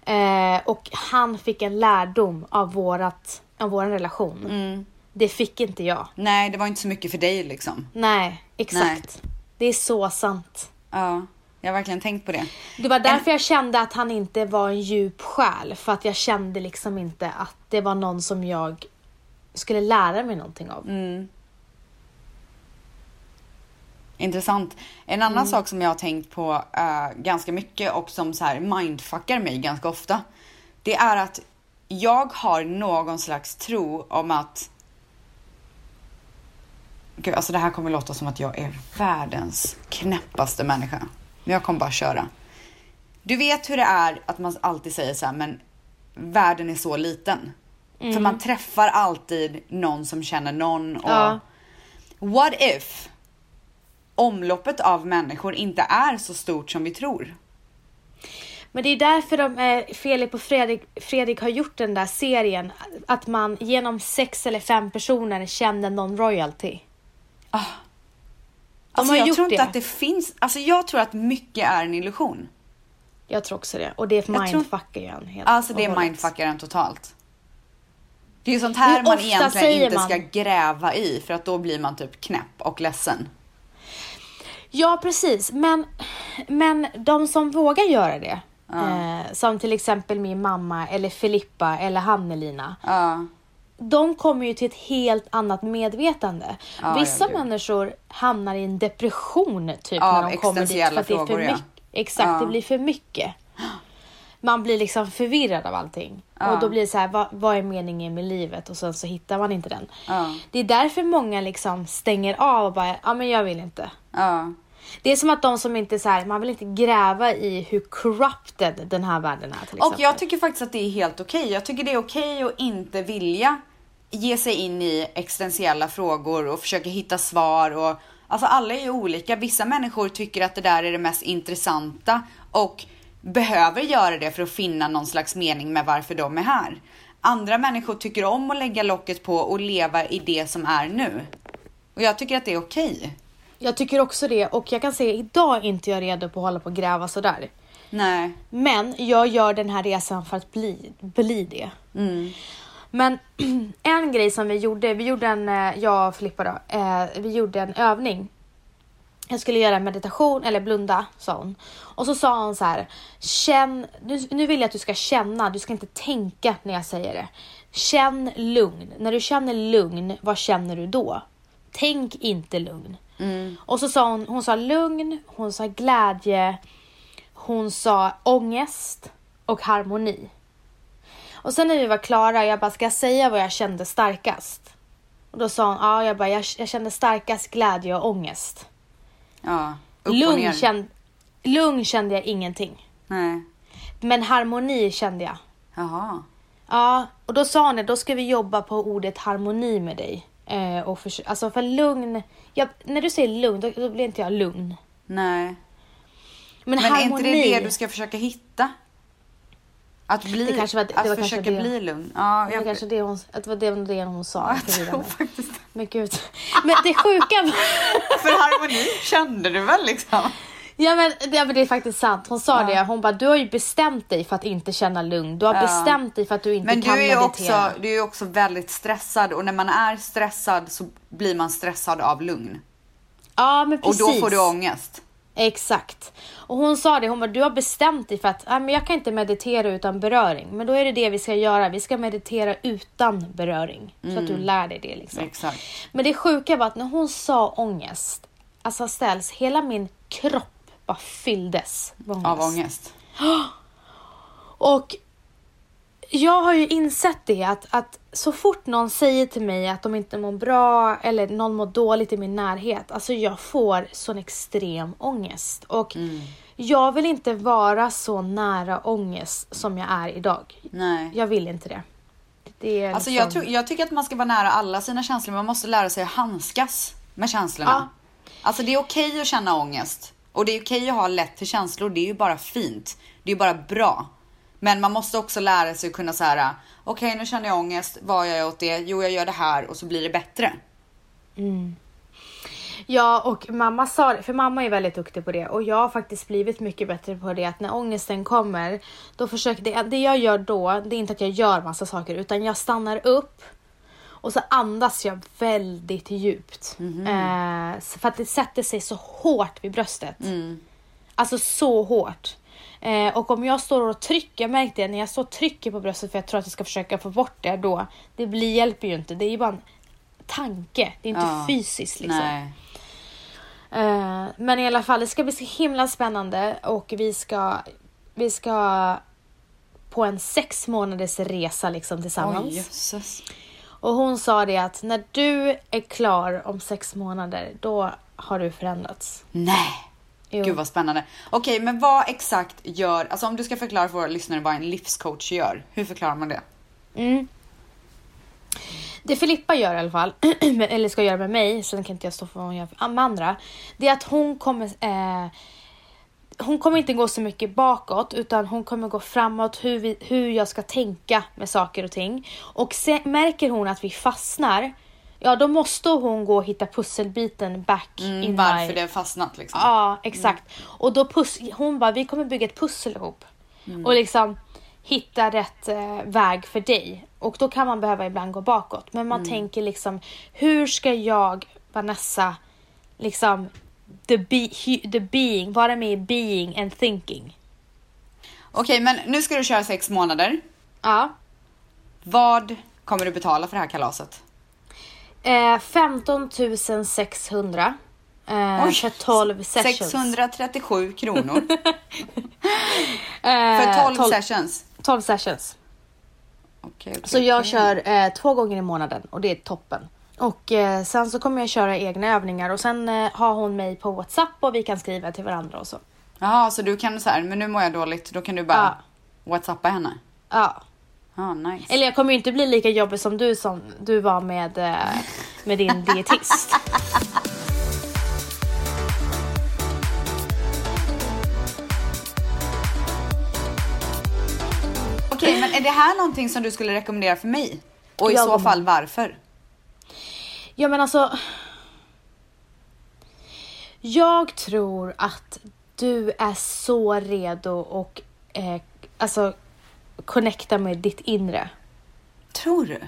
Speaker 2: Eh, och han fick en lärdom av, vårat, av vår relation.
Speaker 1: Mm.
Speaker 2: Det fick inte jag.
Speaker 1: Nej, det var inte så mycket för dig liksom.
Speaker 2: Nej, exakt. Det är så sant.
Speaker 1: Ja, jag har verkligen tänkt på det.
Speaker 2: Det var därför jag kände att han inte var en djup själ. För att jag kände liksom inte att det var någon som jag skulle lära mig någonting av.
Speaker 1: Mm. Intressant. En annan sak som jag har tänkt på eh, ganska mycket och som så här mindfuckar mig ganska ofta. Det är att jag har någon slags tro om att... Gud, alltså det här kommer låta som att jag är världens knäppaste människa. Men jag kommer bara köra. Du vet hur det är att man alltid säger så här, men världen är så liten. För man träffar alltid någon som känner någon och...
Speaker 2: Ja.
Speaker 1: What if omloppet av människor inte är så stort som vi tror?
Speaker 2: Men det är därför de, eh, Filip och Fredrik, Fredrik har gjort den där serien. Att man genom sex eller fem personer känner någon royalty.
Speaker 1: Alltså
Speaker 2: har
Speaker 1: jag
Speaker 2: gjort
Speaker 1: tror inte
Speaker 2: det.
Speaker 1: att det finns, alltså jag tror att mycket är en illusion.
Speaker 2: Jag tror också det. Och det
Speaker 1: Jag tror-
Speaker 2: mindfuckar ju en helt
Speaker 1: Alltså
Speaker 2: och
Speaker 1: det
Speaker 2: hållet.
Speaker 1: mindfuckar en totalt. Det är ju sånt
Speaker 2: Hur
Speaker 1: här man
Speaker 2: ofta
Speaker 1: egentligen
Speaker 2: säger
Speaker 1: inte
Speaker 2: man?
Speaker 1: ska gräva i för att då blir man typ knäpp och ledsen.
Speaker 2: Ja, precis. Men, men de som vågar göra det. Eh, som till exempel min mamma eller Filippa eller Hannelina.
Speaker 1: Ja,
Speaker 2: de kommer ju till ett helt annat medvetande.
Speaker 1: Ja,
Speaker 2: Vissa
Speaker 1: ja, gud.
Speaker 2: människor hamnar i en depression typ
Speaker 1: Av
Speaker 2: när de kommer dit för
Speaker 1: existentiella
Speaker 2: att det är för
Speaker 1: frågor, ja.
Speaker 2: mycket. Exakt, det blir för mycket. Man blir liksom förvirrad av allting. Och då blir det så här, vad, vad är meningen med livet? Och sen så hittar man inte den.
Speaker 1: Ja.
Speaker 2: Det är därför många liksom stänger av och bara, ja men jag vill inte.
Speaker 1: ja,
Speaker 2: Det är som att de som inte så här, man vill inte gräva i hur corrupted den här världen är till exempel.
Speaker 1: Och jag tycker faktiskt att det är helt okej. Jag tycker det är okej att inte vilja ge sig in i existentiella frågor och försöka hitta svar och alltså alla är ju olika. Vissa människor tycker att det där är det mest intressanta och behöver göra det för att finna någon slags mening med varför de är här. Andra människor tycker om att lägga locket på och leva i det som är nu. Och jag tycker att det är okej.
Speaker 2: jag tycker också det och jag kan säga idag är inte jag redo på att hålla på och gräva sådär.
Speaker 1: Nej.
Speaker 2: Men jag gör den här resan för att bli, bli det. Men en grej som vi gjorde, vi gjorde en, eh, jag och Filippa då, eh, vi gjorde en övning. Jag skulle göra en meditation, eller blunda, sa hon. Och så sa hon så här, känn, nu, nu vill jag att du ska känna, du ska inte tänka när jag säger det. Känn lugn. När du känner lugn, vad känner du då? Tänk inte lugn. Och så sa hon, hon sa lugn, hon sa glädje, hon sa ångest och harmoni. Och sen när vi var klara, jag bara, ska jag säga vad jag kände starkast? Och då sa hon, ja, jag bara, jag, jag kände starkast glädje och ångest.
Speaker 1: Ja. Upp och ner.
Speaker 2: Lugn, känd, lugn kände jag ingenting.
Speaker 1: Nej.
Speaker 2: Men harmoni kände jag.
Speaker 1: Jaha.
Speaker 2: Ja, och då sa hon det, då ska vi jobba på ordet harmoni med dig. Eh, och för, alltså för lugn, jag, när du säger lugn, då, då blir inte jag lugn.
Speaker 1: Nej.
Speaker 2: Men,
Speaker 1: Men
Speaker 2: harmoni.
Speaker 1: är inte det det du ska försöka hitta? Att bli,
Speaker 2: Det kanske var- det
Speaker 1: att
Speaker 2: var kanske
Speaker 1: försöka
Speaker 2: det.
Speaker 1: bli lugn. Ja,
Speaker 2: Det var
Speaker 1: jag,
Speaker 2: kanske det hon, att det var det, det hon sa.
Speaker 1: jag
Speaker 2: förvirrande.
Speaker 1: tror faktiskt
Speaker 2: Men gud. Men det sjuka var...
Speaker 1: För harmoni kände du väl liksom?
Speaker 2: Ja men, ja men det är faktiskt sant. Hon sa det. Hon bara, du har ju bestämt dig för att inte känna lugn. Du har bestämt dig för att du inte
Speaker 1: Men du
Speaker 2: kan
Speaker 1: är ju
Speaker 2: meditera.
Speaker 1: också, du är ju också väldigt stressad och när man är stressad så blir man stressad av lugn.
Speaker 2: Ja men precis.
Speaker 1: Och då får du ångest.
Speaker 2: Exakt. Och hon sa det, hon bara, du har bestämt dig för att ja, men jag kan inte meditera utan beröring. Men då är det det vi ska göra. Vi ska meditera utan beröring. Så att du
Speaker 1: Mm.
Speaker 2: lär dig det liksom.
Speaker 1: Exakt.
Speaker 2: Men det sjuka var att när hon sa ångest, alltså ställs, hela min kropp bara fylldes med ångest.
Speaker 1: Av ångest.
Speaker 2: Och jag har ju insett det att, att så fort någon säger till mig att de inte mår bra eller någon mår dåligt i min närhet, alltså jag får sån extrem ångest. Och
Speaker 1: Mm.
Speaker 2: jag vill inte vara så nära ångest som jag är idag.
Speaker 1: Nej.
Speaker 2: Jag vill inte det. det är
Speaker 1: Alltså
Speaker 2: liksom...
Speaker 1: jag, tror, jag tycker att man ska vara nära alla sina känslor, men man måste lära sig att handskas med känslorna. Alltså det är okej att känna ångest och det är okej att ha lätt till känslor. Det är ju bara fint. Det är ju bara bra. Men man måste också lära sig att kunna så här, okej nu känner jag ångest, vad gör jag åt det? Jo jag gör det här och så blir det bättre.
Speaker 2: Ja, och mamma sa det, för mamma är väldigt duktig på det och jag har faktiskt blivit mycket bättre på det att när ångesten kommer, då försöker det, det jag gör då, det är inte att jag gör massa saker utan jag stannar upp och så andas jag väldigt djupt.
Speaker 1: Mhm.
Speaker 2: Eh, så- för att det sätter sig så hårt vid bröstet.
Speaker 1: Mm.
Speaker 2: Alltså så hårt. Eh, och om jag står och trycker, jag märkte det, när jag står och trycker på bröstet för jag tror att jag ska försöka få bort det då, det blir, hjälper ju inte. Det är ju bara en tanke, det är inte
Speaker 1: Ja.
Speaker 2: fysiskt liksom.
Speaker 1: Nej.
Speaker 2: Eh, men i alla fall, det ska bli så himla spännande och vi ska, vi ska på en sex månaders resa liksom tillsammans.
Speaker 1: Oj, jösses.
Speaker 2: Och hon sa det att när du är klar om sex månader, då har du förändrats.
Speaker 1: Nej.
Speaker 2: Jo.
Speaker 1: Gud vad spännande. Okej, men vad exakt gör, alltså om du ska förklara för våra lyssnare vad en livscoach gör, hur förklarar man det?
Speaker 2: Mm. Det Filippa gör i alla fall, men- eller ska göra med mig, sen kan inte jag stå för vad hon gör för- med andra. Det är att hon kommer... Eh, hon kommer inte gå så mycket bakåt utan hon kommer gå framåt hur, vi, hur jag ska tänka med saker och ting. Och se, märker hon att vi fastnar, ja då måste hon gå och hitta pusselbiten back in my...
Speaker 1: Mm, Varför det har fastnat liksom?
Speaker 2: Mm. Ja, exakt. Och då puss, hon bara, vi kommer bygga ett pussel ihop.
Speaker 1: Mm.
Speaker 2: Och liksom hitta rätt eh, väg för dig. Och då kan man behöva ibland gå bakåt. Men man
Speaker 1: Mm.
Speaker 2: tänker liksom, hur ska jag, Vanessa, liksom, the, be, hu- the being, vara med i being and thinking.
Speaker 1: Okej, men nu ska du köra sex månader.
Speaker 2: Ja.
Speaker 1: Vad kommer du betala för det här kalaset?
Speaker 2: Eh, 15 600 eh,
Speaker 1: Oj.
Speaker 2: för 12 sessions.
Speaker 1: 637 kronor
Speaker 2: Eh,
Speaker 1: för 12
Speaker 2: tolv-
Speaker 1: sessions.
Speaker 2: 12 sessions.
Speaker 1: Okej, okej,
Speaker 2: Så jag
Speaker 1: okej.
Speaker 2: kör eh, två gånger i månaden och det är toppen. Och eh, sen så kommer jag köra egna övningar och sen eh, har hon mig på Whatsapp och vi kan skriva till varandra och så.
Speaker 1: Jaha, så du kan så här, men nu mår jag dåligt, då kan du bara whatsappa henne?
Speaker 2: Ja.
Speaker 1: Ja, nice.
Speaker 2: Eller jag kommer ju inte bli lika jobbig som du som du var med, eh, med din dietist.
Speaker 1: Okej, men är det här någonting som du skulle rekommendera för mig? Och i
Speaker 2: Jag
Speaker 1: så
Speaker 2: kommer-
Speaker 1: fall varför?
Speaker 2: Ja men alltså. Jag tror att du är så redo och eh, alltså connecta med ditt inre.
Speaker 1: Tror du?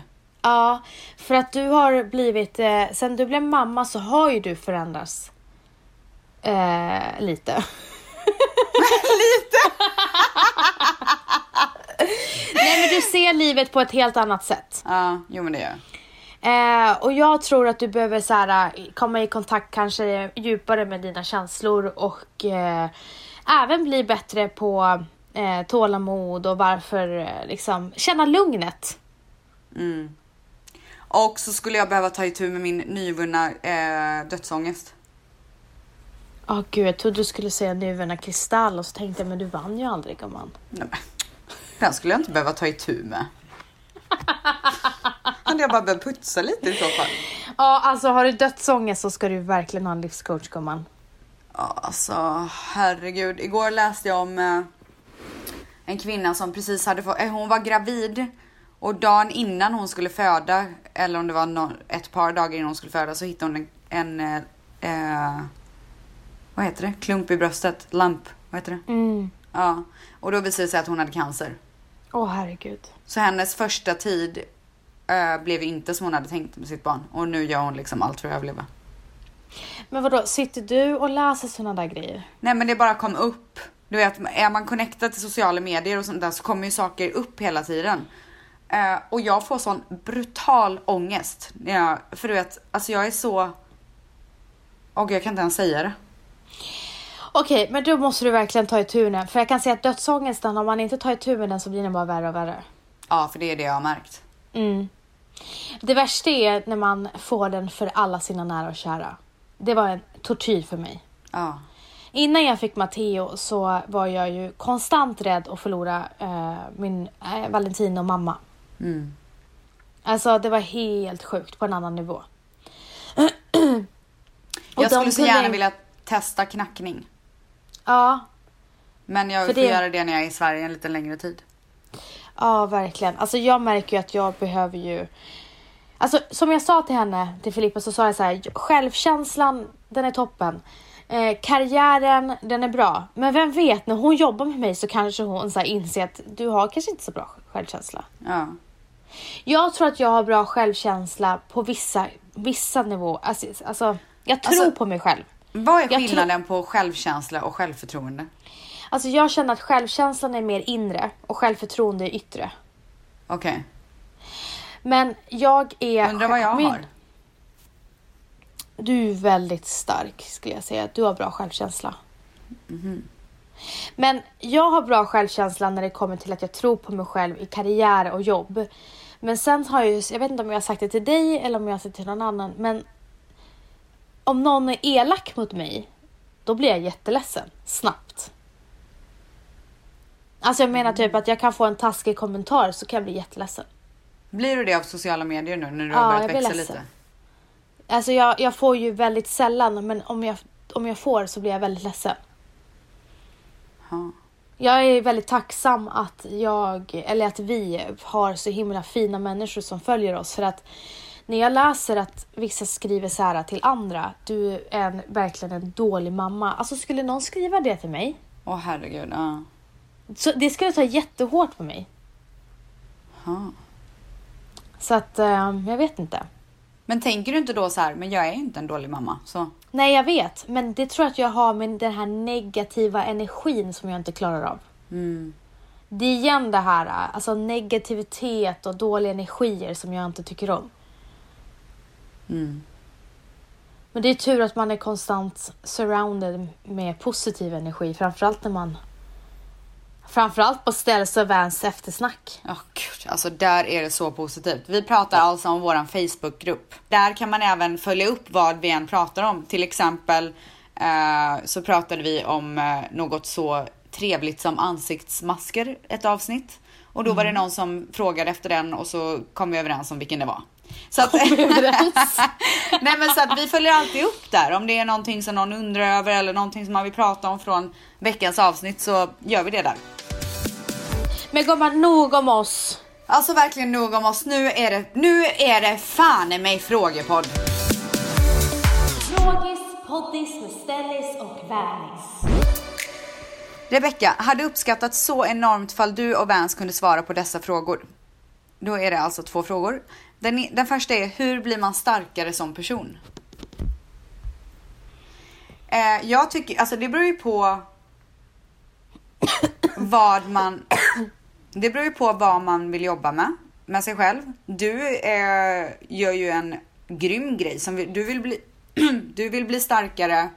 Speaker 2: Ja, för att du har blivit, eh, sen du blev mamma så har ju du förändrats. Eh, lite. lite? Nej men du ser livet på ett helt annat sätt.
Speaker 1: Ja, jo men det gör jag.
Speaker 2: Eh, och jag tror att du behöver så här, eh, komma i kontakt kanske djupare med dina känslor och eh, även bli bättre på eh, tålamod och varför eh, liksom känna lugnet.
Speaker 1: Mm. Och så skulle jag behöva ta itu med min nyvunna eh, dödsångest.
Speaker 2: Ja gud, jag trodde du skulle säga nuvarna kristall och så tänkte jag men du vann ju aldrig gumman.
Speaker 1: Nej, men. Den skulle jag inte behöva ta itu med. Hade jag bara behövt putsa lite i så fall.
Speaker 2: Ja alltså har du dödsångest så ska du verkligen ha en livscoach gumman.
Speaker 1: Ja, Alltså herregud. Igår läste jag om eh, en kvinna som precis hade fått, eh, hon var gravid och dagen innan hon skulle föda, eller om det var nå- ett par dagar innan hon skulle föda så hittade hon en, en eh, eh, vad heter det, klump i bröstet, lamp, vad heter det?
Speaker 2: Mm.
Speaker 1: Ja, och då visade det sig att hon hade cancer.
Speaker 2: Åh herregud.
Speaker 1: Så hennes första tid eh, blev inte som hon hade tänkt med sitt barn och nu gör hon liksom allt för att överleva.
Speaker 2: Men vadå, sitter du och läser sådana där grejer?
Speaker 1: Nej men det bara kom upp. Du vet, är man connectad till sociala medier och sånt där så kommer ju saker upp hela tiden. Eh, och jag får sån brutal ångest. När jag, för du vet, alltså jag är så... Åh gud, jag kan inte ens säga det.
Speaker 2: Okej, men då måste du verkligen ta itu med den. För jag kan säga att dödsångesten, om man inte tar itu med den så blir den bara värre och värre.
Speaker 1: Ja, för det är det jag har märkt.
Speaker 2: Mm. Det värsta är när man får den för alla sina nära och kära. Det var en tortyr för mig.
Speaker 1: Ja.
Speaker 2: Innan jag fick Matteo så var jag ju konstant rädd att förlora eh, min eh, Valentino och mamma.
Speaker 1: Mm.
Speaker 2: Alltså det var helt sjukt på en annan nivå. Och
Speaker 1: Jag
Speaker 2: de
Speaker 1: skulle så
Speaker 2: kunde-
Speaker 1: gärna vilja testa knackning.
Speaker 2: Ja,
Speaker 1: Men jag
Speaker 2: För
Speaker 1: får
Speaker 2: det-
Speaker 1: göra det när jag är i Sverige en lite längre tid.
Speaker 2: ja verkligen. Alltså jag märker ju att jag behöver ju... Alltså som jag sa till henne, till Filippa, så sa jag så här, självkänslan den är toppen. Eh, karriären, den är bra. Men vem vet, när hon jobbar med mig så kanske hon så här inser att du har kanske inte så bra självkänsla.
Speaker 1: Ja.
Speaker 2: Jag tror att jag har bra självkänsla på vissa, vissa nivåer. Alltså, alltså, jag tror
Speaker 1: Alltså-
Speaker 2: på mig själv.
Speaker 1: Vad är
Speaker 2: tror-
Speaker 1: skillnaden på självkänsla och självförtroende?
Speaker 2: Alltså, jag känner att självkänslan är mer inre och självförtroende är yttre.
Speaker 1: Okej,
Speaker 2: Men jag är...
Speaker 1: undrar vad jag
Speaker 2: min-
Speaker 1: har.
Speaker 2: Du är väldigt stark skulle jag säga. Du har bra självkänsla. Men jag har bra självkänsla när det kommer till att jag tror på mig själv i karriär och jobb. Men sen har jag ju, jag vet inte om jag har sagt det till dig eller om jag har sagt det till någon annan, men om någon är elak mot mig, då blir jag jätteledsen snabbt. Alltså jag menar typ att jag kan få en taskig kommentar så kan jag bli jätteledsen.
Speaker 1: Blir du det av sociala medier nu när du
Speaker 2: Ja,
Speaker 1: har
Speaker 2: jag
Speaker 1: börjat
Speaker 2: blir
Speaker 1: växa
Speaker 2: ledsen.
Speaker 1: lite?
Speaker 2: Alltså jag, jag får ju väldigt sällan, men om jag, om jag får så blir jag väldigt ledsen.
Speaker 1: Ja.
Speaker 2: Jag är väldigt tacksam att jag, eller att vi har så himla fina människor som följer oss. För att när jag läser att vissa skriver så här till andra, du är en, verkligen en dålig mamma. Alltså skulle någon skriva det till mig,
Speaker 1: Åh herregud, ja.
Speaker 2: så det skulle ta jättehårt på mig.
Speaker 1: Ja.
Speaker 2: Så att eh, jag vet inte.
Speaker 1: Men tänker du inte då så här, men jag är ju inte en dålig mamma. Så.
Speaker 2: Nej jag vet, men det tror jag att jag har med den här negativa energin som jag inte klarar av.
Speaker 1: Mm.
Speaker 2: Det är igen det här, alltså negativitet och dåliga energier som jag inte tycker om.
Speaker 1: Mm.
Speaker 2: Men det är tur att man är konstant surrounded med positiv energi, framförallt när man... Framförallt på Ställs och Vans eftersnack.
Speaker 1: Ja, gud, alltså där är det så positivt. Vi pratar alltså om våran Facebookgrupp. Där kan man även följa upp vad vi än pratar om. Till exempel eh, så pratade vi om eh, något så trevligt som ansiktsmasker, ett avsnitt. Och då var det någon som frågade efter den och så kom vi överens om vilken det var. Så att,
Speaker 2: Överens.
Speaker 1: Nej men så att vi följer alltid upp där. Om det är någonting som någon undrar över eller någonting som man vill prata om från veckans avsnitt så gör vi det där.
Speaker 2: Men gumman, nog om oss.
Speaker 1: Alltså verkligen nog om oss. Nu är det, nu är det fan i mig frågepodd.
Speaker 2: Frågis, poddis med Stellis och Vanis.
Speaker 1: Rebecka, hade uppskattat så enormt fall du och Vans kunde svara på dessa frågor. Då är det alltså två frågor. Den, i- den första är, hur blir man starkare som person? Eh, jag tycker, alltså det beror ju på vad man... Det beror ju på vad man vill jobba med, med sig själv. Du eh, gör ju en grym grej. Som, vi- du, vill bli, du vill bli starkare,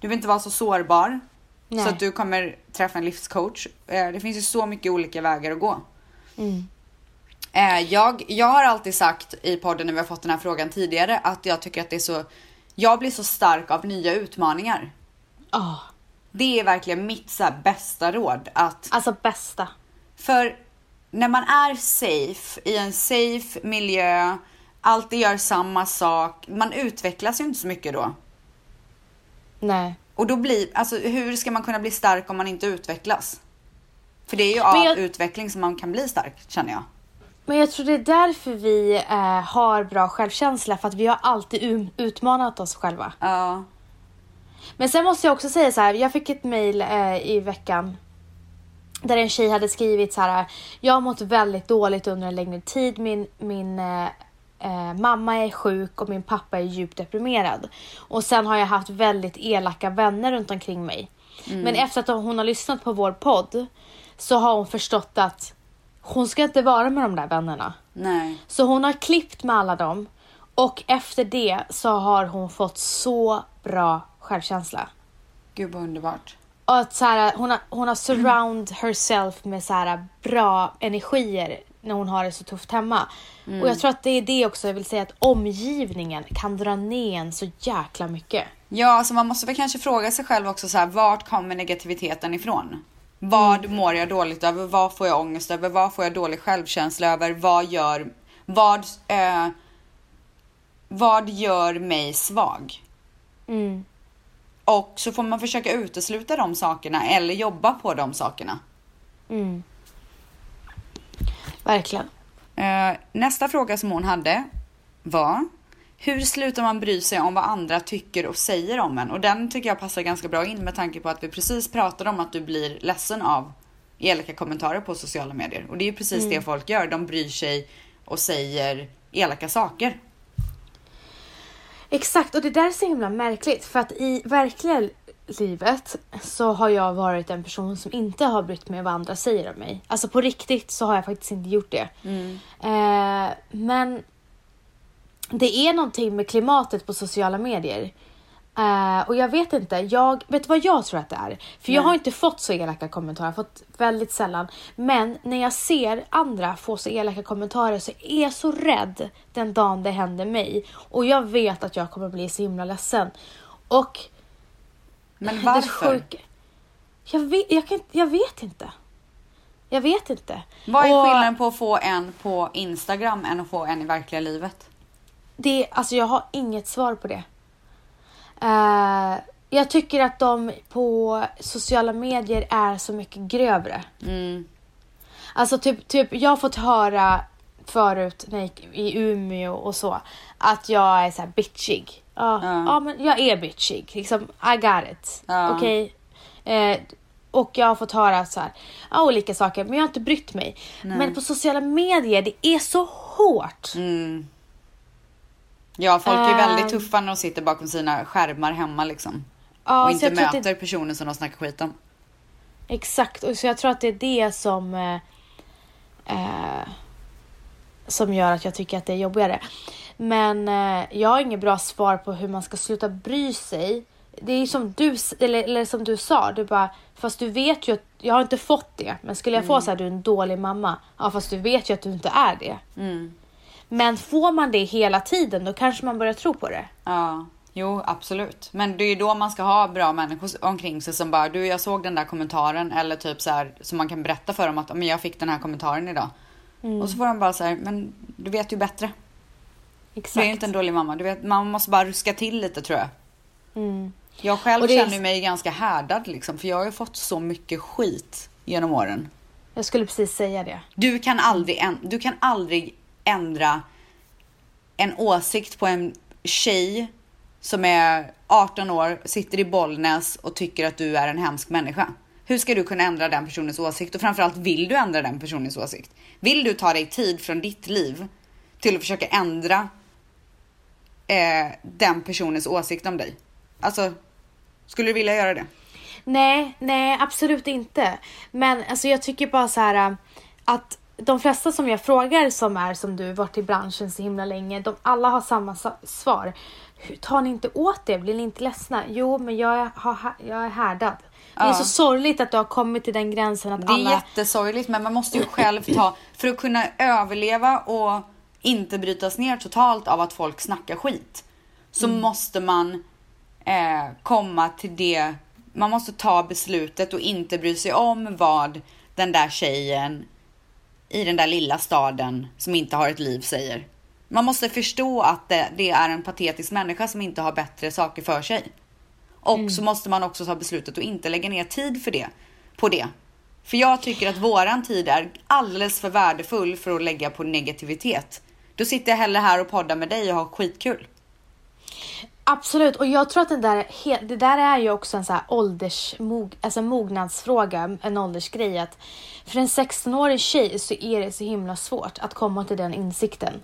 Speaker 1: du vill inte vara så sårbar.
Speaker 2: Nej.
Speaker 1: Så att du kommer träffa en livscoach. Eh, det finns ju så mycket olika vägar att gå.
Speaker 2: Mm.
Speaker 1: Eh, jag, jag har alltid sagt i podden när vi har fått den här frågan tidigare att jag tycker att det är så... Jag blir så stark av nya utmaningar.
Speaker 2: Ah,
Speaker 1: Det är verkligen mitt så här, bästa råd. Att
Speaker 2: alltså bästa.
Speaker 1: för när man är safe, i en safe miljö, alltid gör samma sak, man utvecklas ju inte så mycket då.
Speaker 2: Nej.
Speaker 1: Och då blir, alltså hur ska man kunna bli stark om man inte utvecklas? För det är ju av
Speaker 2: Men jag-
Speaker 1: utveckling som man kan bli stark, känner jag.
Speaker 2: Men jag tror det är därför vi eh, har bra självkänsla, för att vi har alltid um- utmanat oss själva.
Speaker 1: Ja.
Speaker 2: Men sen måste jag också säga så här, jag fick ett mail eh, i veckan där en tjej hade skrivit så här, jag har mått väldigt dåligt under en längre tid, min, min eh, eh, mamma är sjuk och min pappa är djupt deprimerad. Och sen har jag haft väldigt elaka vänner runt omkring mig. Men efter att hon har lyssnat på vår podd så har hon förstått att hon ska inte vara med de där vännerna.
Speaker 1: Nej.
Speaker 2: Så hon har klippt med alla dem och efter det så har hon fått så bra självkänsla.
Speaker 1: Gud vad underbart.
Speaker 2: Och att så här, hon, har, hon har surround herself med så här, bra energier när hon har det så tufft hemma. Och jag tror att det är det också jag vill säga att omgivningen kan dra ner en så jäkla mycket.
Speaker 1: Ja, alltså man måste väl kanske fråga sig själv också så här, vart kommer negativiteten ifrån? Vad mår jag dåligt över? Vad får jag ångest över? Vad får jag dålig självkänsla över? Vad gör, vad, eh, vad gör mig svag?
Speaker 2: Mm.
Speaker 1: Och så får man försöka utesluta de sakerna eller jobba på de sakerna.
Speaker 2: Mm. Verkligen.
Speaker 1: Eh, nästa fråga som hon hade var Hur slutar man bry sig om vad andra tycker och säger om en? Och den tycker jag passar ganska bra in med tanke på att vi precis pratade om att du blir ledsen av elaka kommentarer på sociala medier. Och det är ju precis
Speaker 2: Mm.
Speaker 1: det folk gör. De bryr sig och säger elaka saker.
Speaker 2: Exakt, och det där är så himla märkligt för att i verkliga livet så har jag varit en person som inte har brytt mig vad andra säger om mig. Alltså på riktigt så har jag faktiskt inte gjort det. Eh, men det är någonting med klimatet på sociala medier. Eh, och jag vet inte, jag, vet du vad jag tror att det är? För jag har inte fått så elaka kommentarer, jag har fått väldigt sällan. Men när jag ser andra få så elaka kommentarer så är jag så rädd den dagen det händer mig. Och jag vet att jag kommer bli så himla ledsen. Och
Speaker 1: Men
Speaker 2: det
Speaker 1: varför?
Speaker 2: sjuka- Jag vet, jag, kan, inte- jag vet inte. Jag vet inte.
Speaker 1: Vad är
Speaker 2: Och
Speaker 1: skillnaden på att få en på Instagram än att få en i verkliga livet?
Speaker 2: Det, alltså jag har inget svar på det. Eh, jag tycker att de på sociala medier är så mycket grövre.
Speaker 1: Mm.
Speaker 2: Alltså typ, typ jag har fått höra förut när jag gick i Umeå och så att jag är så här bitchig. Ja,
Speaker 1: Ja.
Speaker 2: ja men jag är bitchig. Liksom, I got it.
Speaker 1: Ja.
Speaker 2: Okej. Eh, och jag har fått höra så här, ja, olika saker men jag har inte brytt mig. Men på sociala medier, det är så hårt.
Speaker 1: Mm. Ja, folk är väldigt
Speaker 2: Ehm.
Speaker 1: tuffa när de sitter bakom sina skärmar hemma liksom.
Speaker 2: Ja,
Speaker 1: och
Speaker 2: så
Speaker 1: inte
Speaker 2: jag tror att det-
Speaker 1: möter personer som de snackar skit om.
Speaker 2: Exakt, och så jag tror att det är det som eh, eh, som gör att jag tycker att det är jobbigare. Men eh, jag har inget bra svar på hur man ska sluta bry sig. Det är ju som du, s- eller, eller som du sa, du bara, fast du vet ju att, jag har inte fått det, men skulle jag få så här, du är en dålig mamma, ja fast du vet ju att du inte är det.
Speaker 1: Mm.
Speaker 2: Men får man det hela tiden, då kanske man börjar tro på det.
Speaker 1: Ja, jo absolut. Men det är ju då man ska ha bra människor omkring sig som bara du jag såg den där kommentaren eller typ så här som man kan berätta för dem att men jag fick den här kommentaren idag.
Speaker 2: Mm.
Speaker 1: Och så får de bara så här men du vet ju bättre.
Speaker 2: Exakt.
Speaker 1: Du är ju inte en dålig mamma. Du vet, man måste bara ruska till lite tror jag.
Speaker 2: mm.
Speaker 1: Jag själv
Speaker 2: Och det är-
Speaker 1: känner mig ganska härdad liksom för jag har ju fått så mycket skit genom åren.
Speaker 2: Jag skulle precis säga det.
Speaker 1: Du kan aldrig, änd- du kan aldrig ändra en åsikt på en tjej som är 18 år, sitter i Bollnäs och tycker att du är en hemsk människa. Hur ska du kunna ändra den personens åsikt? Och framförallt, vill du ändra den personens åsikt? Vill du ta dig tid från ditt liv till att försöka ändra eh, den personens åsikt om dig? Alltså, skulle du vilja göra det?
Speaker 2: Nej, nej absolut inte. Men alltså, jag tycker bara så här äh, att de flesta som jag frågar som är som du, varit i branschen så himla länge, de alla har samma sa- svar. Hur- Tar ni inte åt det? Blir ni inte ledsna? Jo, men jag, har, ha- jag är härdad. Det är
Speaker 1: Ja.
Speaker 2: så sorgligt att du har kommit till den gränsen att
Speaker 1: Det är
Speaker 2: alla...
Speaker 1: jättesorgligt men man måste ju själv ta, för att kunna överleva och inte brytas ner totalt av att folk snackar skit. Så
Speaker 2: Mm.
Speaker 1: måste man eh, komma till det, man måste ta beslutet och inte bry sig om vad den där tjejen i den där lilla staden som inte har ett liv säger. Man måste förstå att det, det är en patetisk människa som inte har bättre saker för sig. Och
Speaker 2: Mm.
Speaker 1: så måste man också ta beslutet att inte lägga ner tid för det, på det. För jag tycker att våran tid är alldeles för värdefull för att lägga på negativitet. Då sitter jag hellre här och poddar med dig och har skitkul.
Speaker 2: Absolut, och jag tror att den där, he- det där är ju också en så här ålders, mog, alltså mognadsfråga, en åldersgrej. Att för en 16-årig tjej så är det så himla svårt att komma till den insikten.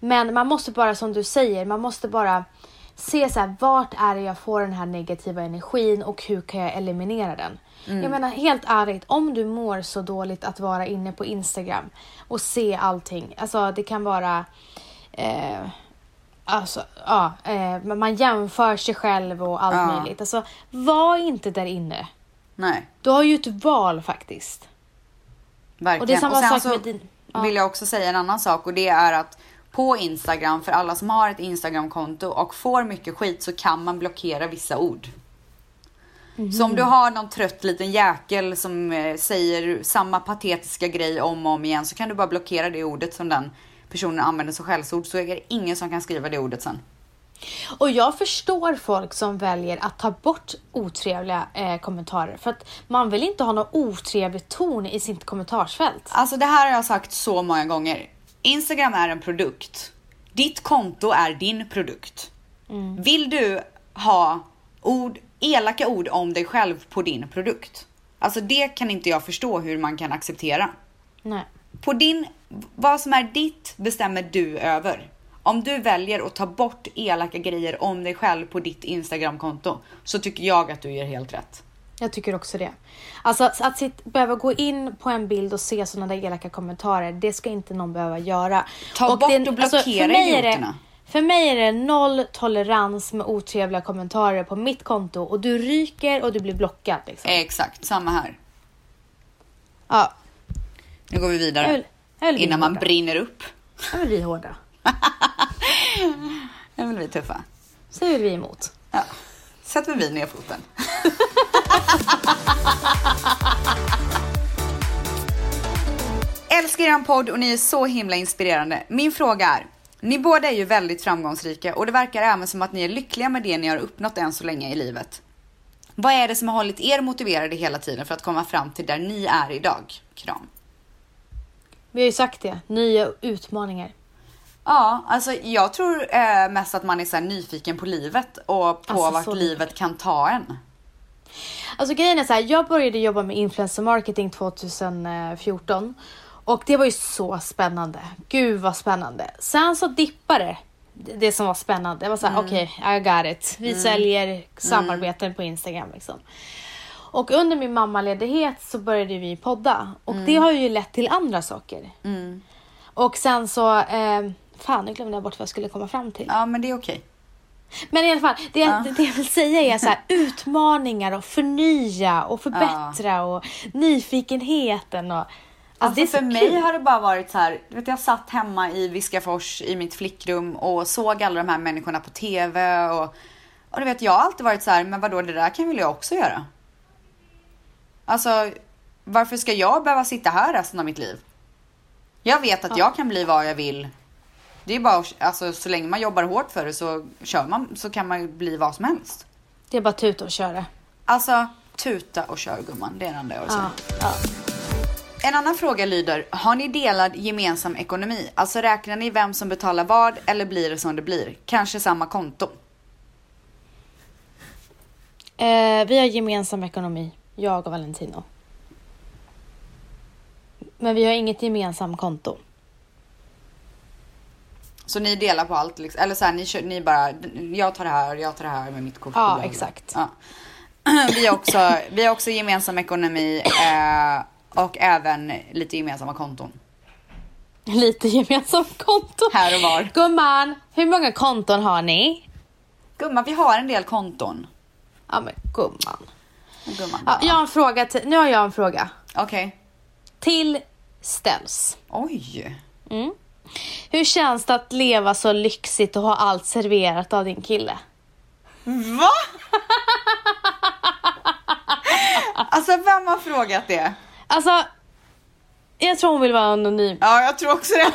Speaker 2: Men man måste bara, som du säger, man måste bara se så här, vart är det jag får den här negativa energin och hur kan jag eliminera den?
Speaker 1: Mm.
Speaker 2: Jag menar helt ärligt, om du mår så dåligt att vara inne på Instagram och se allting, alltså det kan vara eh, Alltså, ja, eh, men man jämför sig själv och allt
Speaker 1: Ja.
Speaker 2: möjligt. Alltså, var inte där inne.
Speaker 1: Nej,
Speaker 2: Du har ju ett val faktiskt.
Speaker 1: verkligen.
Speaker 2: Och det är samma
Speaker 1: sen
Speaker 2: sak
Speaker 1: så
Speaker 2: med din... Ja.
Speaker 1: vill jag också säga en annan sak och det är att på Instagram, för alla som har ett Instagramkonto och får mycket skit så kan man blockera vissa ord. Så om du har någon trött liten jäkel som eh, säger samma patetiska grej om och om igen så kan du bara blockera det ordet som den personen använder som skällsord så är det ingen som kan skriva det ordet sen.
Speaker 2: Och jag förstår folk som väljer att ta bort otrevliga eh, kommentarer. För att man vill inte ha någon otrevlig ton i sitt kommentarsfält.
Speaker 1: Alltså det här har jag sagt så många gånger. Instagram är en produkt. Ditt konto är din produkt. Vill du ha ord, elaka ord om dig själv på din produkt? Alltså det kan inte jag förstå hur man kan acceptera.
Speaker 2: Nej.
Speaker 1: På din, vad som är ditt bestämmer du över. Om du väljer att ta bort elaka grejer om dig själv på ditt Instagramkonto så tycker jag att du gör helt rätt.
Speaker 2: Jag tycker också det. Alltså att, att sitt, behöva gå in på en bild och se sådana där elaka kommentarer, det ska inte någon behöva göra.
Speaker 1: Ta
Speaker 2: alltså,
Speaker 1: bort och blockera
Speaker 2: för mig är det,
Speaker 1: idioterna.
Speaker 2: för mig är det noll tolerans med otrevliga kommentarer på mitt konto och du ryker och du blir blockad. Liksom.
Speaker 1: Exakt, samma här.
Speaker 2: Ja,
Speaker 1: Nu går vi
Speaker 2: jag
Speaker 1: vidare.
Speaker 2: vill, jag vill
Speaker 1: Innan
Speaker 2: bli
Speaker 1: man
Speaker 2: hårda.
Speaker 1: brinner upp.
Speaker 2: Jag vill bli hårda.
Speaker 1: Nu vill vi tuffa.
Speaker 2: Så vill vi emot.
Speaker 1: Ja. Sätter vi ner foten. Älskar er podd och ni är så himla inspirerande. Min fråga är, ni båda är ju väldigt framgångsrika och det verkar även som att ni är lyckliga med det ni har uppnått än så länge i livet. Vad är det som har hållit er motiverade hela tiden för att komma fram till där ni är idag? Kram.
Speaker 2: Vi har ju sagt det, nya utmaningar.
Speaker 1: Ja, alltså jag tror eh, mest att man är så här nyfiken på livet och på
Speaker 2: Alltså, så
Speaker 1: vart livet kan ta en.
Speaker 2: Alltså grejen är så här, jag började jobba med influencer marketing 2014 och det var ju så spännande. Gud vad spännande. Sen så dippade det, det som var spännande. Det var så här, okej, I got it. Vi säljer samarbeten på Instagram liksom. Och under min mammaledighet så började vi podda och det har ju lett till andra saker. Och sen så, eh, fan nu glömde jag bort vad jag skulle komma fram till.
Speaker 1: Ja, men det är okej.
Speaker 2: Men i alla fall, det, jag- det jag vill säga är så här, utmaningar och förnya och förbättra och nyfikenheten och...
Speaker 1: Alltså
Speaker 2: Alltså, det är
Speaker 1: för
Speaker 2: så
Speaker 1: mig
Speaker 2: kul.
Speaker 1: har det bara varit så här, du vet jag satt hemma i Viskafors i mitt flickrum och såg alla de här människorna på TV och, och du vet jag har alltid varit så här, men vadå det där kan väl jag också göra? Alltså varför ska jag behöva sitta här resten av mitt liv? Jag vet att jag kan bli vad jag vill. Det är bara, att- alltså så länge man jobbar hårt för det så kör man, så kan man ju bli vad som helst.
Speaker 2: Det är bara tuta och köra.
Speaker 1: Alltså tuta och kör gumman, det är det enda jag vill säga.
Speaker 2: Ja, ja.
Speaker 1: En annan fråga lyder, har ni delad gemensam ekonomi? Alltså räknar ni vem som betalar vad eller blir det som det blir? Kanske samma konto?
Speaker 2: Eh, vi har gemensam ekonomi, jag och Valentino. Men vi har inget gemensamt konto.
Speaker 1: Så ni delar på allt liksom, eller så här, ni, kör, ni bara, jag tar det här, jag tar det här med mitt kort.
Speaker 2: Ja,
Speaker 1: bla, bla, bla.
Speaker 2: exakt.
Speaker 1: Ja. Vi, har också, vi har också gemensam ekonomi eh, och även lite gemensamma konton.
Speaker 2: Lite gemensamt konto.
Speaker 1: Här och var.
Speaker 2: Gumman, hur många konton har ni?
Speaker 1: Gumman, vi har en del konton.
Speaker 2: Ja men gumman.
Speaker 1: Gumman.
Speaker 2: Ja, jag har en fråga till, nu har jag en fråga.
Speaker 1: Okej.
Speaker 2: Till ställs.
Speaker 1: Oj.
Speaker 2: Mm. Hur känns det att leva så lyxigt och ha allt serverat av din kille?
Speaker 1: Va? alltså vem har frågat det?
Speaker 2: Alltså, jag tror hon vill vara anonym.
Speaker 1: Ja, jag tror också det.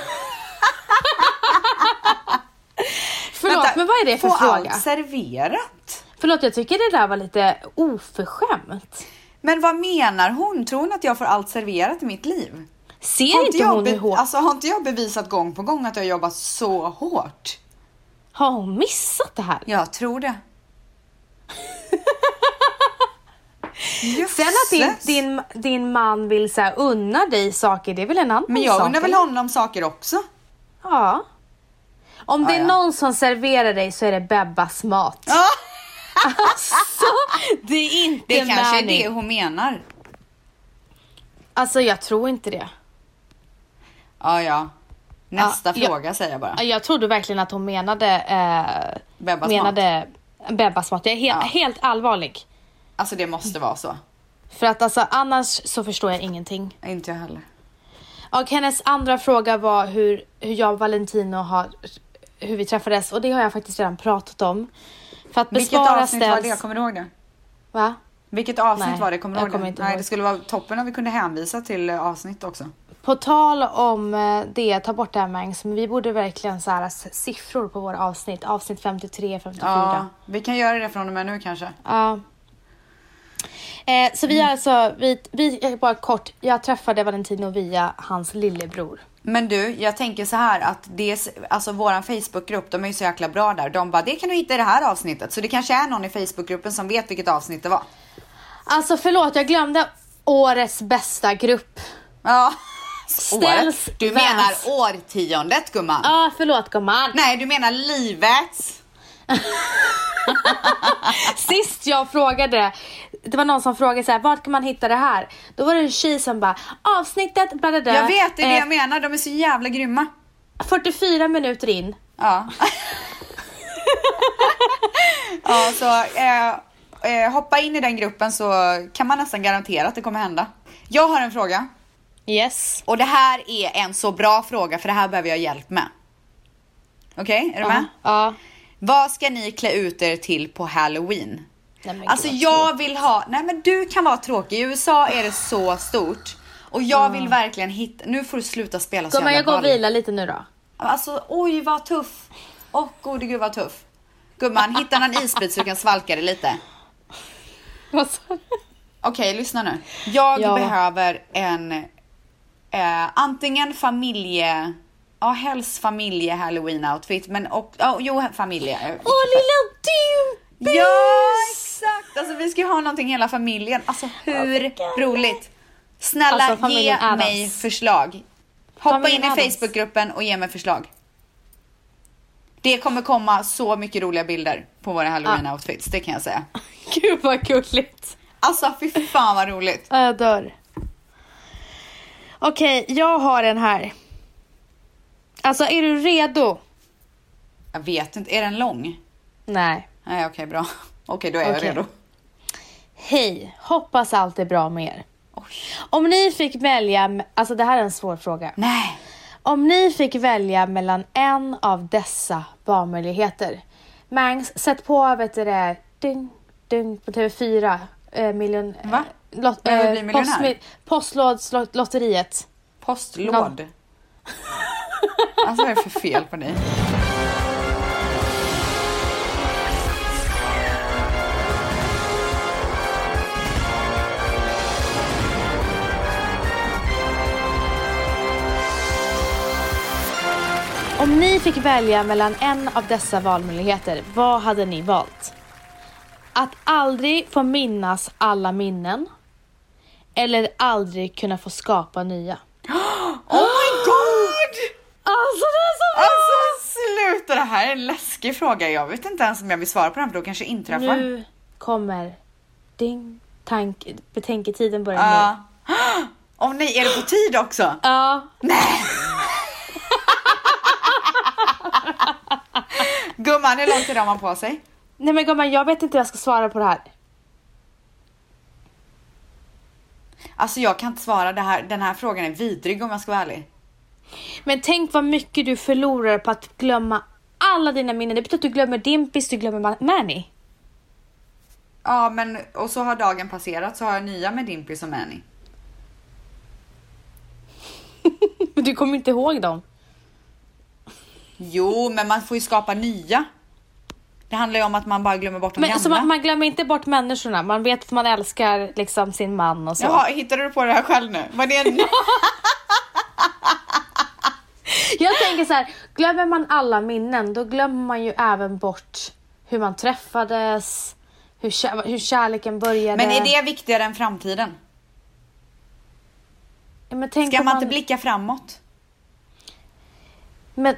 Speaker 2: Förlåt, men vad är det för
Speaker 1: få
Speaker 2: fråga?
Speaker 1: allt serverat?
Speaker 2: Förlåt, jag tycker det där var lite oförskämt.
Speaker 1: Men vad menar hon? Tror hon att jag får allt serverat i mitt liv?
Speaker 2: Ser inte,
Speaker 1: jag
Speaker 2: hon
Speaker 1: be-
Speaker 2: hur hårt...
Speaker 1: Alltså har inte jag bevisat gång på gång att jag jobbar så hårt?
Speaker 2: Har hon missat det här?
Speaker 1: Jag tror det.
Speaker 2: Sen att din,
Speaker 1: Jösses.
Speaker 2: din, din man vill så här, unna dig saker, det är väl en annan
Speaker 1: Men jag
Speaker 2: sak?
Speaker 1: undrar väl
Speaker 2: eller?
Speaker 1: honom saker också?
Speaker 2: Ja. Om det
Speaker 1: Ja,
Speaker 2: är
Speaker 1: ja.
Speaker 2: någon som serverar dig så är det Bebbas mat.
Speaker 1: Ja,
Speaker 2: Så, Alltså, det är inte
Speaker 1: det kanske är
Speaker 2: Mani.
Speaker 1: det hon menar.
Speaker 2: Alltså jag tror inte det.
Speaker 1: Ja, ja. Nästa
Speaker 2: Ja, jag-
Speaker 1: fråga säger jag bara.
Speaker 2: Ja, Jag trodde verkligen att hon menade, eh,
Speaker 1: Bebbas mat.
Speaker 2: menade Bebbas mat. Jag är he- helt allvarlig.
Speaker 1: Alltså det måste vara så.
Speaker 2: För att alltså, annars så förstår jag ingenting.
Speaker 1: Inte jag heller.
Speaker 2: Och hennes andra fråga var hur, hur jag och Valentino har, hur vi träffades och det har jag faktiskt redan pratat om. För att
Speaker 1: Vilket
Speaker 2: besvara
Speaker 1: avsnitt var det? Jag
Speaker 2: ställs...
Speaker 1: kommer du ihåg det?
Speaker 2: Va?
Speaker 1: Vilket avsnitt
Speaker 2: Nej,
Speaker 1: var det? Kommer du
Speaker 2: jag
Speaker 1: ihåg det?
Speaker 2: kommer inte
Speaker 1: Nej,
Speaker 2: ihåg.
Speaker 1: det skulle vara toppen om vi kunde hänvisa till eh, avsnitt också.
Speaker 2: På tal om eh, det, ta bort det här med angst, men vi borde verkligen så här, s- siffror på våra avsnitt. Avsnitt 53, 54.
Speaker 1: Ja, vi kan göra det från och med nu kanske.
Speaker 2: Ja. Eh, så vi har alltså, vi, vi, bara kort, jag träffade Valentino via hans lillebror.
Speaker 1: Men du, jag tänker så här att det, är s- alltså våran Facebookgrupp, de är ju så jäkla bra där. De bara, det kan du hitta i det här avsnittet. Så det kanske är någon i Facebookgruppen som vet vilket avsnitt det var.
Speaker 2: Alltså förlåt, jag glömde årets bästa grupp.
Speaker 1: Ja.
Speaker 2: Ställs
Speaker 1: Året. Du menar
Speaker 2: väns.
Speaker 1: årtiondet gumman?
Speaker 2: Ja, ah, förlåt gumman.
Speaker 1: Nej, du menar livet.
Speaker 2: Sist jag frågade, det var någon som frågade så här, vart kan man hitta det här? Då var det en tjej som bara, avsnittet, bla bla bla.
Speaker 1: Jag vet, det är det
Speaker 2: eh,
Speaker 1: jag menar. De är så jävla grymma.
Speaker 2: 44 minuter in.
Speaker 1: Ja. ja, så eh, eh, hoppa in i den gruppen så kan man nästan garantera att det kommer hända. Jag har en fråga
Speaker 2: Yes.
Speaker 1: och det här är en så bra fråga för det här behöver jag hjälp med. Okej, är du med?
Speaker 2: Ja.
Speaker 1: Vad ska ni klä ut er till på halloween?
Speaker 2: Nej, men
Speaker 1: Alltså
Speaker 2: gud, vad
Speaker 1: jag vill ha, nej men du kan vara tråkig, i USA är det så stort. Och jag vill verkligen hitta, nu får du sluta spela så
Speaker 2: Gumman,
Speaker 1: jävla
Speaker 2: jag går och
Speaker 1: ball.
Speaker 2: vilar lite nu då.
Speaker 1: Alltså oj vad tuff. Åh gode gud vad tuff. Gumman, hitta någon isbit så du kan svalka det lite.
Speaker 2: Vad sa du?
Speaker 1: Okej, lyssna nu. Jag
Speaker 2: Ja.
Speaker 1: behöver en eh, antingen familje, ja helst familje halloween outfit men och, ja, jo familje.
Speaker 2: Åh lilla du!
Speaker 1: Ja exakt! Alltså vi ska ju ha någonting hela familjen. Alltså hur roligt? Snälla
Speaker 2: Alltså,
Speaker 1: ge
Speaker 2: familjen Addams.
Speaker 1: mig förslag. Hoppa
Speaker 2: Familjen
Speaker 1: in i
Speaker 2: Addams.
Speaker 1: Facebookgruppen och ge mig förslag. Det kommer komma så mycket roliga bilder på våra halloween outfits, det kan jag säga.
Speaker 2: Gud vad gulligt.
Speaker 1: Alltså fy fan vad roligt.
Speaker 2: Ja, jag dör. Öh, Okej, jag har den här. Alltså är du redo?
Speaker 1: Jag vet inte, är den lång?
Speaker 2: Nej.
Speaker 1: Nej okej bra. Okej då är jag
Speaker 2: Okej.
Speaker 1: redo.
Speaker 2: Hej, hoppas allt är bra med er.
Speaker 1: Oj.
Speaker 2: Om ni fick välja, alltså det här är en svår fråga.
Speaker 1: Nej.
Speaker 2: Om ni fick välja mellan en av dessa valmöjligheter. Mangs, sätt på vet du det, ding, ding på TV4. Eh, miljon,
Speaker 1: Va?
Speaker 2: Eh, lot,
Speaker 1: Vem vill
Speaker 2: eh,
Speaker 1: bli miljonär?
Speaker 2: postmi- Postlådslotteriet.
Speaker 1: Postlåd. Alltså vad är det för fel på dig?
Speaker 2: Om ni fick välja mellan en av dessa valmöjligheter, vad hade ni valt? Att aldrig få minnas alla minnen eller aldrig kunna få skapa nya.
Speaker 1: Oh my god!
Speaker 2: Alltså det är så
Speaker 1: Alltså sluta, det här är en läskig fråga. Jag vet inte ens om jag vill svara på den för då kanske det inträffar.
Speaker 2: Nu kommer din tank... Betänketiden börjar nu.
Speaker 1: Ja. Åh nej, Ah. är det på tid också?
Speaker 2: Ja.
Speaker 1: Gumman, hur lång tid har man på sig?
Speaker 2: Nej men gumman, jag vet inte hur jag ska svara på det här.
Speaker 1: Alltså jag kan inte svara, det här, den här frågan är vidrig om jag ska vara ärlig.
Speaker 2: Men tänk vad mycket du förlorar på att glömma alla dina minnen. Det betyder att du glömmer Dimpis, du glömmer Ma- Mani.
Speaker 1: Ja, men och så har dagen passerat så har jag nya med Dimpy som Annie.
Speaker 2: Men du kommer inte ihåg dem.
Speaker 1: Jo, men man får ju skapa nya. Det handlar ju om att alltså, man bara glömmer bort de
Speaker 2: Men,
Speaker 1: gamla.
Speaker 2: så man, man glömmer inte bort människorna. Man vet att man älskar liksom sin man och så.
Speaker 1: Jaha, hittade du på det här själv nu? Var det en...
Speaker 2: Jag tänker så här, glömmer man alla minnen då glömmer man ju även bort hur man träffades, hur, kär, hur kärleken började.
Speaker 1: Men är det viktigare än framtiden?
Speaker 2: Ja, Men tänk
Speaker 1: Ska
Speaker 2: om
Speaker 1: man inte blicka framåt?
Speaker 2: Men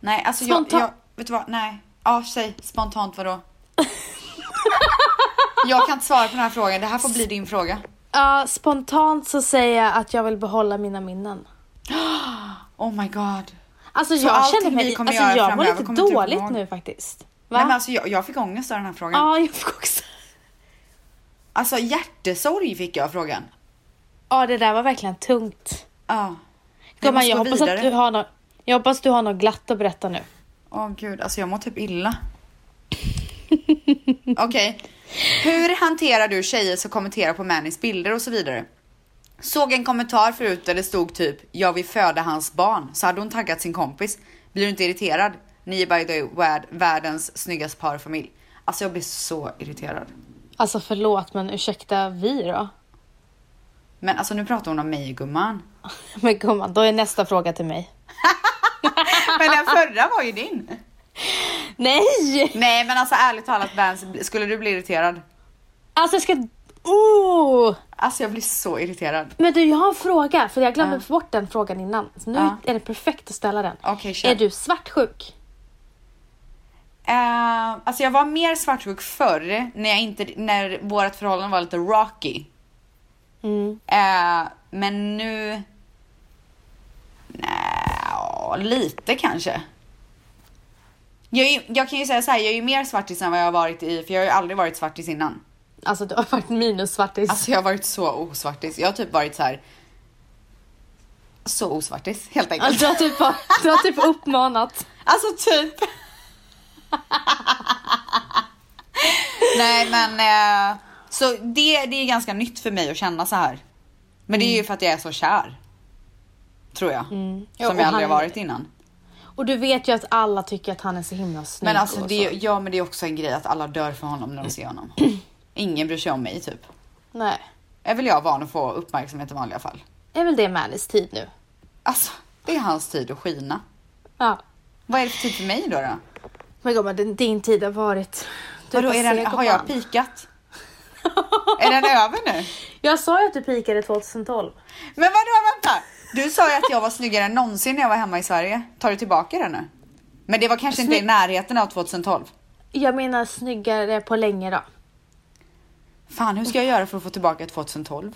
Speaker 1: Nej, alltså jag,
Speaker 2: Spontan-
Speaker 1: jag... Vet du vad? Nej. Ja, säg spontant vadå? jag kan inte svara på den här frågan. Det här får bli din fråga.
Speaker 2: ja, spontant så säger jag att jag vill behålla mina minnen.
Speaker 1: Oh my god.
Speaker 2: Alltså
Speaker 1: Så
Speaker 2: jag
Speaker 1: allting
Speaker 2: känner
Speaker 1: vi
Speaker 2: mig,
Speaker 1: kommer
Speaker 2: alltså
Speaker 1: göra
Speaker 2: jag mår
Speaker 1: framöver
Speaker 2: lite
Speaker 1: kommer typ inte du komma
Speaker 2: dåligt
Speaker 1: ihåg.
Speaker 2: nu faktiskt. Va?
Speaker 1: Nej, men alltså, jag, jag fick ångest av den här frågan.
Speaker 2: Ja, jag fick också.
Speaker 1: Alltså hjärtesorg fick jag av frågan.
Speaker 2: Ja, det där var verkligen tungt.
Speaker 1: Ja. Jag
Speaker 2: Gumman,
Speaker 1: måste
Speaker 2: jag
Speaker 1: gå
Speaker 2: hoppas att
Speaker 1: vidare.
Speaker 2: du har något, jag hoppas du har något glatt att berätta nu.
Speaker 1: Åh gud, alltså jag mår typ illa. Okej. Hur hanterar du tjejer som kommenterar på Mannys bilder och så vidare? Såg en kommentar förut där det stod typ jag vill föda hans barn så hade hon taggat sin kompis. Blir du inte irriterad? Ni är by the way värd- världens snyggaste parfamilj. Alltså jag blir så irriterad.
Speaker 2: Alltså förlåt men ursäkta vi då?
Speaker 1: Men alltså nu pratar hon om mig gumman.
Speaker 2: Men gumman, då är nästa fråga till mig.
Speaker 1: Men den förra var ju din.
Speaker 2: Nej!
Speaker 1: Nej men alltså ärligt talat Vans, skulle du bli irriterad?
Speaker 2: Alltså jag ska... Oh!
Speaker 1: Alltså jag blir så irriterad.
Speaker 2: Men du, jag har en fråga, för jag glömde
Speaker 1: Ja.
Speaker 2: bort den frågan innan. Så nu
Speaker 1: Ja.
Speaker 2: är det perfekt att ställa den.
Speaker 1: Okej, kör.
Speaker 2: är du svartsjuk?
Speaker 1: Eh, alltså jag var mer svartsjuk förr när, jag inte, när vårt förhållande var lite rocky.
Speaker 2: Mm.
Speaker 1: Eh, men nu... Nja, lite kanske. Jag, är, ju- jag kan ju säga så här, jag är ju mer svartis än vad jag har varit i, för jag har ju aldrig varit svartis innan.
Speaker 2: Alltså du har varit minus svartis.
Speaker 1: Alltså jag har varit så osvartis. Jag har typ varit så här. Så osvartis, helt enkelt.
Speaker 2: Alltså, du, har typ, du har typ uppmanat.
Speaker 1: Alltså typ. Nej men eh, så det, det är ganska nytt för mig att känna så här. Men det är ju för att jag är så kär. Tror jag. Som
Speaker 2: Ja,
Speaker 1: jag
Speaker 2: och
Speaker 1: aldrig har
Speaker 2: han-
Speaker 1: varit innan.
Speaker 2: Och du vet ju att alla tycker att han är så himla snygg.
Speaker 1: Men alltså
Speaker 2: och
Speaker 1: det,
Speaker 2: så.
Speaker 1: ja, men det är också en grej att alla dör för honom när de ser honom. Ingen bryr sig om mig typ.
Speaker 2: Nej.
Speaker 1: Är väl jag van att få uppmärksamhet i vanliga fall.
Speaker 2: Är väl det Manis tid nu?
Speaker 1: Alltså det är hans tid att skina.
Speaker 2: Ja.
Speaker 1: Vad är det för tid för mig då? då? Typ
Speaker 2: Men gumman, din, din tid har varit... Du
Speaker 1: Vadå,
Speaker 2: bara
Speaker 1: är den,
Speaker 2: seg och
Speaker 1: har jag
Speaker 2: fan.
Speaker 1: pikat? är den över nu?
Speaker 2: Jag sa ju att du pikade 2012.
Speaker 1: Men vadå vänta? Du sa ju att jag var snyggare än någonsin när jag var hemma i Sverige. Tar du tillbaka det nu? Men det var kanske inte i
Speaker 2: Snygg-
Speaker 1: närheten av 2012.
Speaker 2: Jag menar snyggare på länge då.
Speaker 1: Fan, hur ska jag göra för att få tillbaka 2012?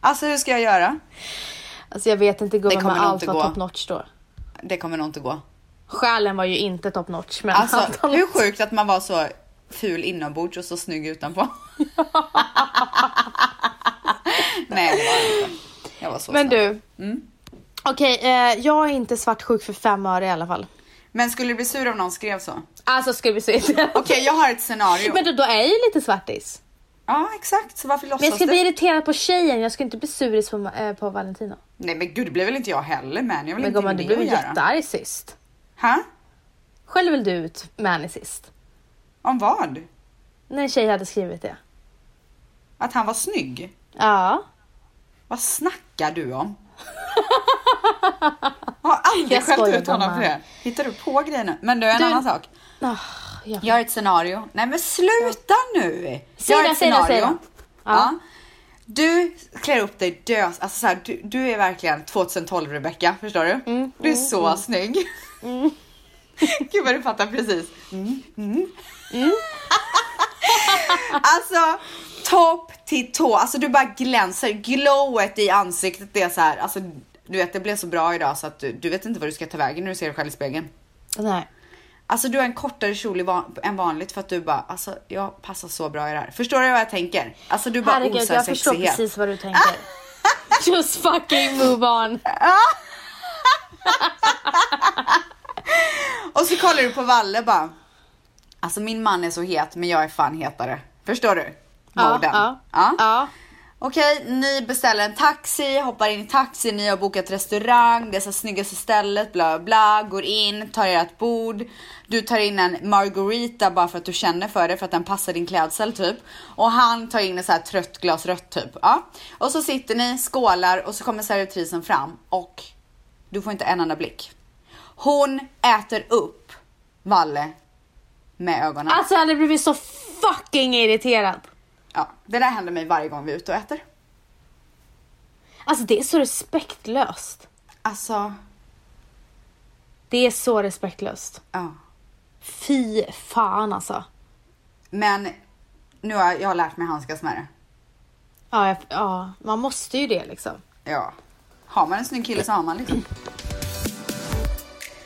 Speaker 1: alltså hur ska jag göra?
Speaker 2: Alltså jag vet inte
Speaker 1: Det
Speaker 2: gumman,
Speaker 1: kommer
Speaker 2: men
Speaker 1: nog
Speaker 2: allt
Speaker 1: inte
Speaker 2: var
Speaker 1: gå.
Speaker 2: top notch då.
Speaker 1: Det kommer nog inte gå.
Speaker 2: Själen var ju inte top notch men allt
Speaker 1: Alltså
Speaker 2: annat-
Speaker 1: hur sjukt att man var så ful inombords och så snygg utanpå. Nej, det var jag inte. Jag var så
Speaker 2: Men
Speaker 1: snäll.
Speaker 2: du.
Speaker 1: Mm.
Speaker 2: Okej, eh, jag är inte svartsjuk för fem öre i alla fall.
Speaker 1: Men skulle du bli sur om någon skrev så? Okej,
Speaker 2: Alltså skulle vi se.
Speaker 1: jag har ett scenario.
Speaker 2: Men du, då är jag ju lite svartis.
Speaker 1: Ja, exakt. Så varför låtsas
Speaker 2: Men jag ska
Speaker 1: du?
Speaker 2: bli irriterad på tjejen, jag ska inte bli suris på, eh, på Valentino.
Speaker 1: Nej men gud, det blev väl inte jag heller men jag vill
Speaker 2: Men
Speaker 1: inte
Speaker 2: gumman, du
Speaker 1: det
Speaker 2: blev
Speaker 1: att göra.
Speaker 2: jättearg sist.
Speaker 1: Ha?
Speaker 2: Själv vill du ut Mani sist.
Speaker 1: Om vad?
Speaker 2: När en tjej hade skrivit det.
Speaker 1: Att han var snygg?
Speaker 2: Ja.
Speaker 1: Vad snackar du om? Jag har aldrig
Speaker 2: Jag
Speaker 1: skällt
Speaker 2: skojar,
Speaker 1: ut honom
Speaker 2: gumman.
Speaker 1: för det. Hittar du på grejer nu? Men du, en
Speaker 2: Du-
Speaker 1: annan sak.
Speaker 2: Ah, jag...
Speaker 1: Jag har ett scenario. Nej men sluta nu!
Speaker 2: Säg
Speaker 1: jag har
Speaker 2: det,
Speaker 1: ett
Speaker 2: säg det,
Speaker 1: scenario.
Speaker 2: säg det.
Speaker 1: Ja. Du klär upp dig dös, alltså så här, du, du är verkligen 2012 Rebecca, förstår du? du är så snygg. Gud vad du fattar precis. Mm, alltså topp till tå, alltså du bara glänser, glowet i ansiktet det är så här, alltså du vet det blev så bra idag så att du, du vet inte vad du ska ta vägen när du ser dig själv i spegeln.
Speaker 2: Nej.
Speaker 1: Alltså du har en kortare kjol i van- än vanligt för att du bara, alltså jag passar så bra i det här. Förstår du vad jag tänker? Alltså du bara
Speaker 2: Herregud,
Speaker 1: osar
Speaker 2: jag förstår
Speaker 1: sexighet.
Speaker 2: precis vad du tänker. Just fucking move on.
Speaker 1: Och så kollar du på Valle bara. Alltså min man är så het men jag är fan hetare. Förstår du?
Speaker 2: Ja,
Speaker 1: Moden.
Speaker 2: ja,
Speaker 1: Ja.
Speaker 2: ja.
Speaker 1: Okej, ni beställer en taxi, hoppar in i taxi, ni har bokat restaurang, det är så här snyggaste stället, bla bla, bla, går in, tar ert bord. Du tar in en margarita bara för att du känner för det, för att den passar din klädsel typ. Och han tar in ett så här trött glas rött typ. Ja. Och så sitter ni, skålar och så kommer servitrisen fram och du får inte en enda blick. Hon äter upp Valle med ögonen.
Speaker 2: Alltså jag hade blivit så fucking irriterad.
Speaker 1: Ja, det där händer mig varje gång vi är ute och äter.
Speaker 2: Alltså det är så respektlöst.
Speaker 1: Alltså,
Speaker 2: Det är så respektlöst.
Speaker 1: ja.
Speaker 2: Fy fan alltså.
Speaker 1: Men nu har jag, jag har lärt mig handskas med det.
Speaker 2: Ja, jag, ja, man måste ju det liksom.
Speaker 1: Ja. Har man en snygg kille så har man liksom.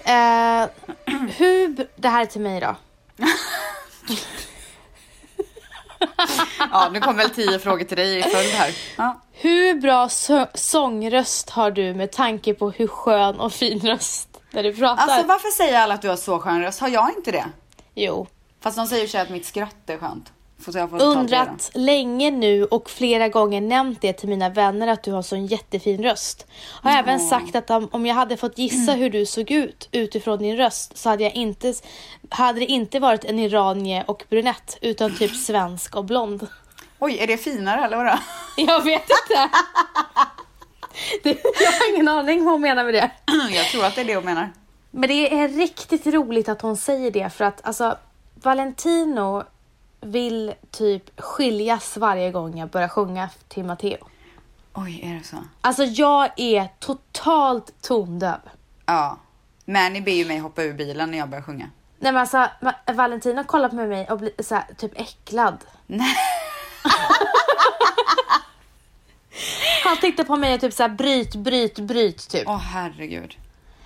Speaker 2: Eh, hur, det här är till mig då.
Speaker 1: Ja, nu kommer väl tio frågor till dig i följd här. Ja.
Speaker 2: Hur bra så- sångröst har du med tanke på hur skön och fin röst när du pratar?
Speaker 1: Alltså varför säger alla att du har så skön röst? Har jag inte det?
Speaker 2: jo.
Speaker 1: Fast de säger ju att mitt skratt är skönt. Får se, jag får ta det då.
Speaker 2: Undrat länge nu och flera gånger nämnt det till mina vänner att du har sån jättefin röst. Har även sagt att om, om jag hade fått gissa hur du såg ut utifrån din röst så hade, jag inte, hade det inte varit en iranie och brunett utan typ svensk och blond.
Speaker 1: Oj, är det finare eller vadå?
Speaker 2: Jag vet inte. Det, jag har ingen aning vad hon menar med det.
Speaker 1: Jag tror att det är det hon menar.
Speaker 2: Men det är riktigt roligt att hon säger det för att alltså Valentino vill typ skiljas varje gång jag börjar sjunga till Matteo.
Speaker 1: Oj, är det så?
Speaker 2: Alltså jag är totalt tondöv.
Speaker 1: Ja. Mani ber ju mig hoppa ur bilen när jag börjar sjunga.
Speaker 2: Nej men alltså Ma- Valentino kollar på mig och blir så här, typ äcklad.
Speaker 1: Nej.
Speaker 2: Han tittar på mig och typ så här bryt, bryt, bryt typ.
Speaker 1: Åh herregud.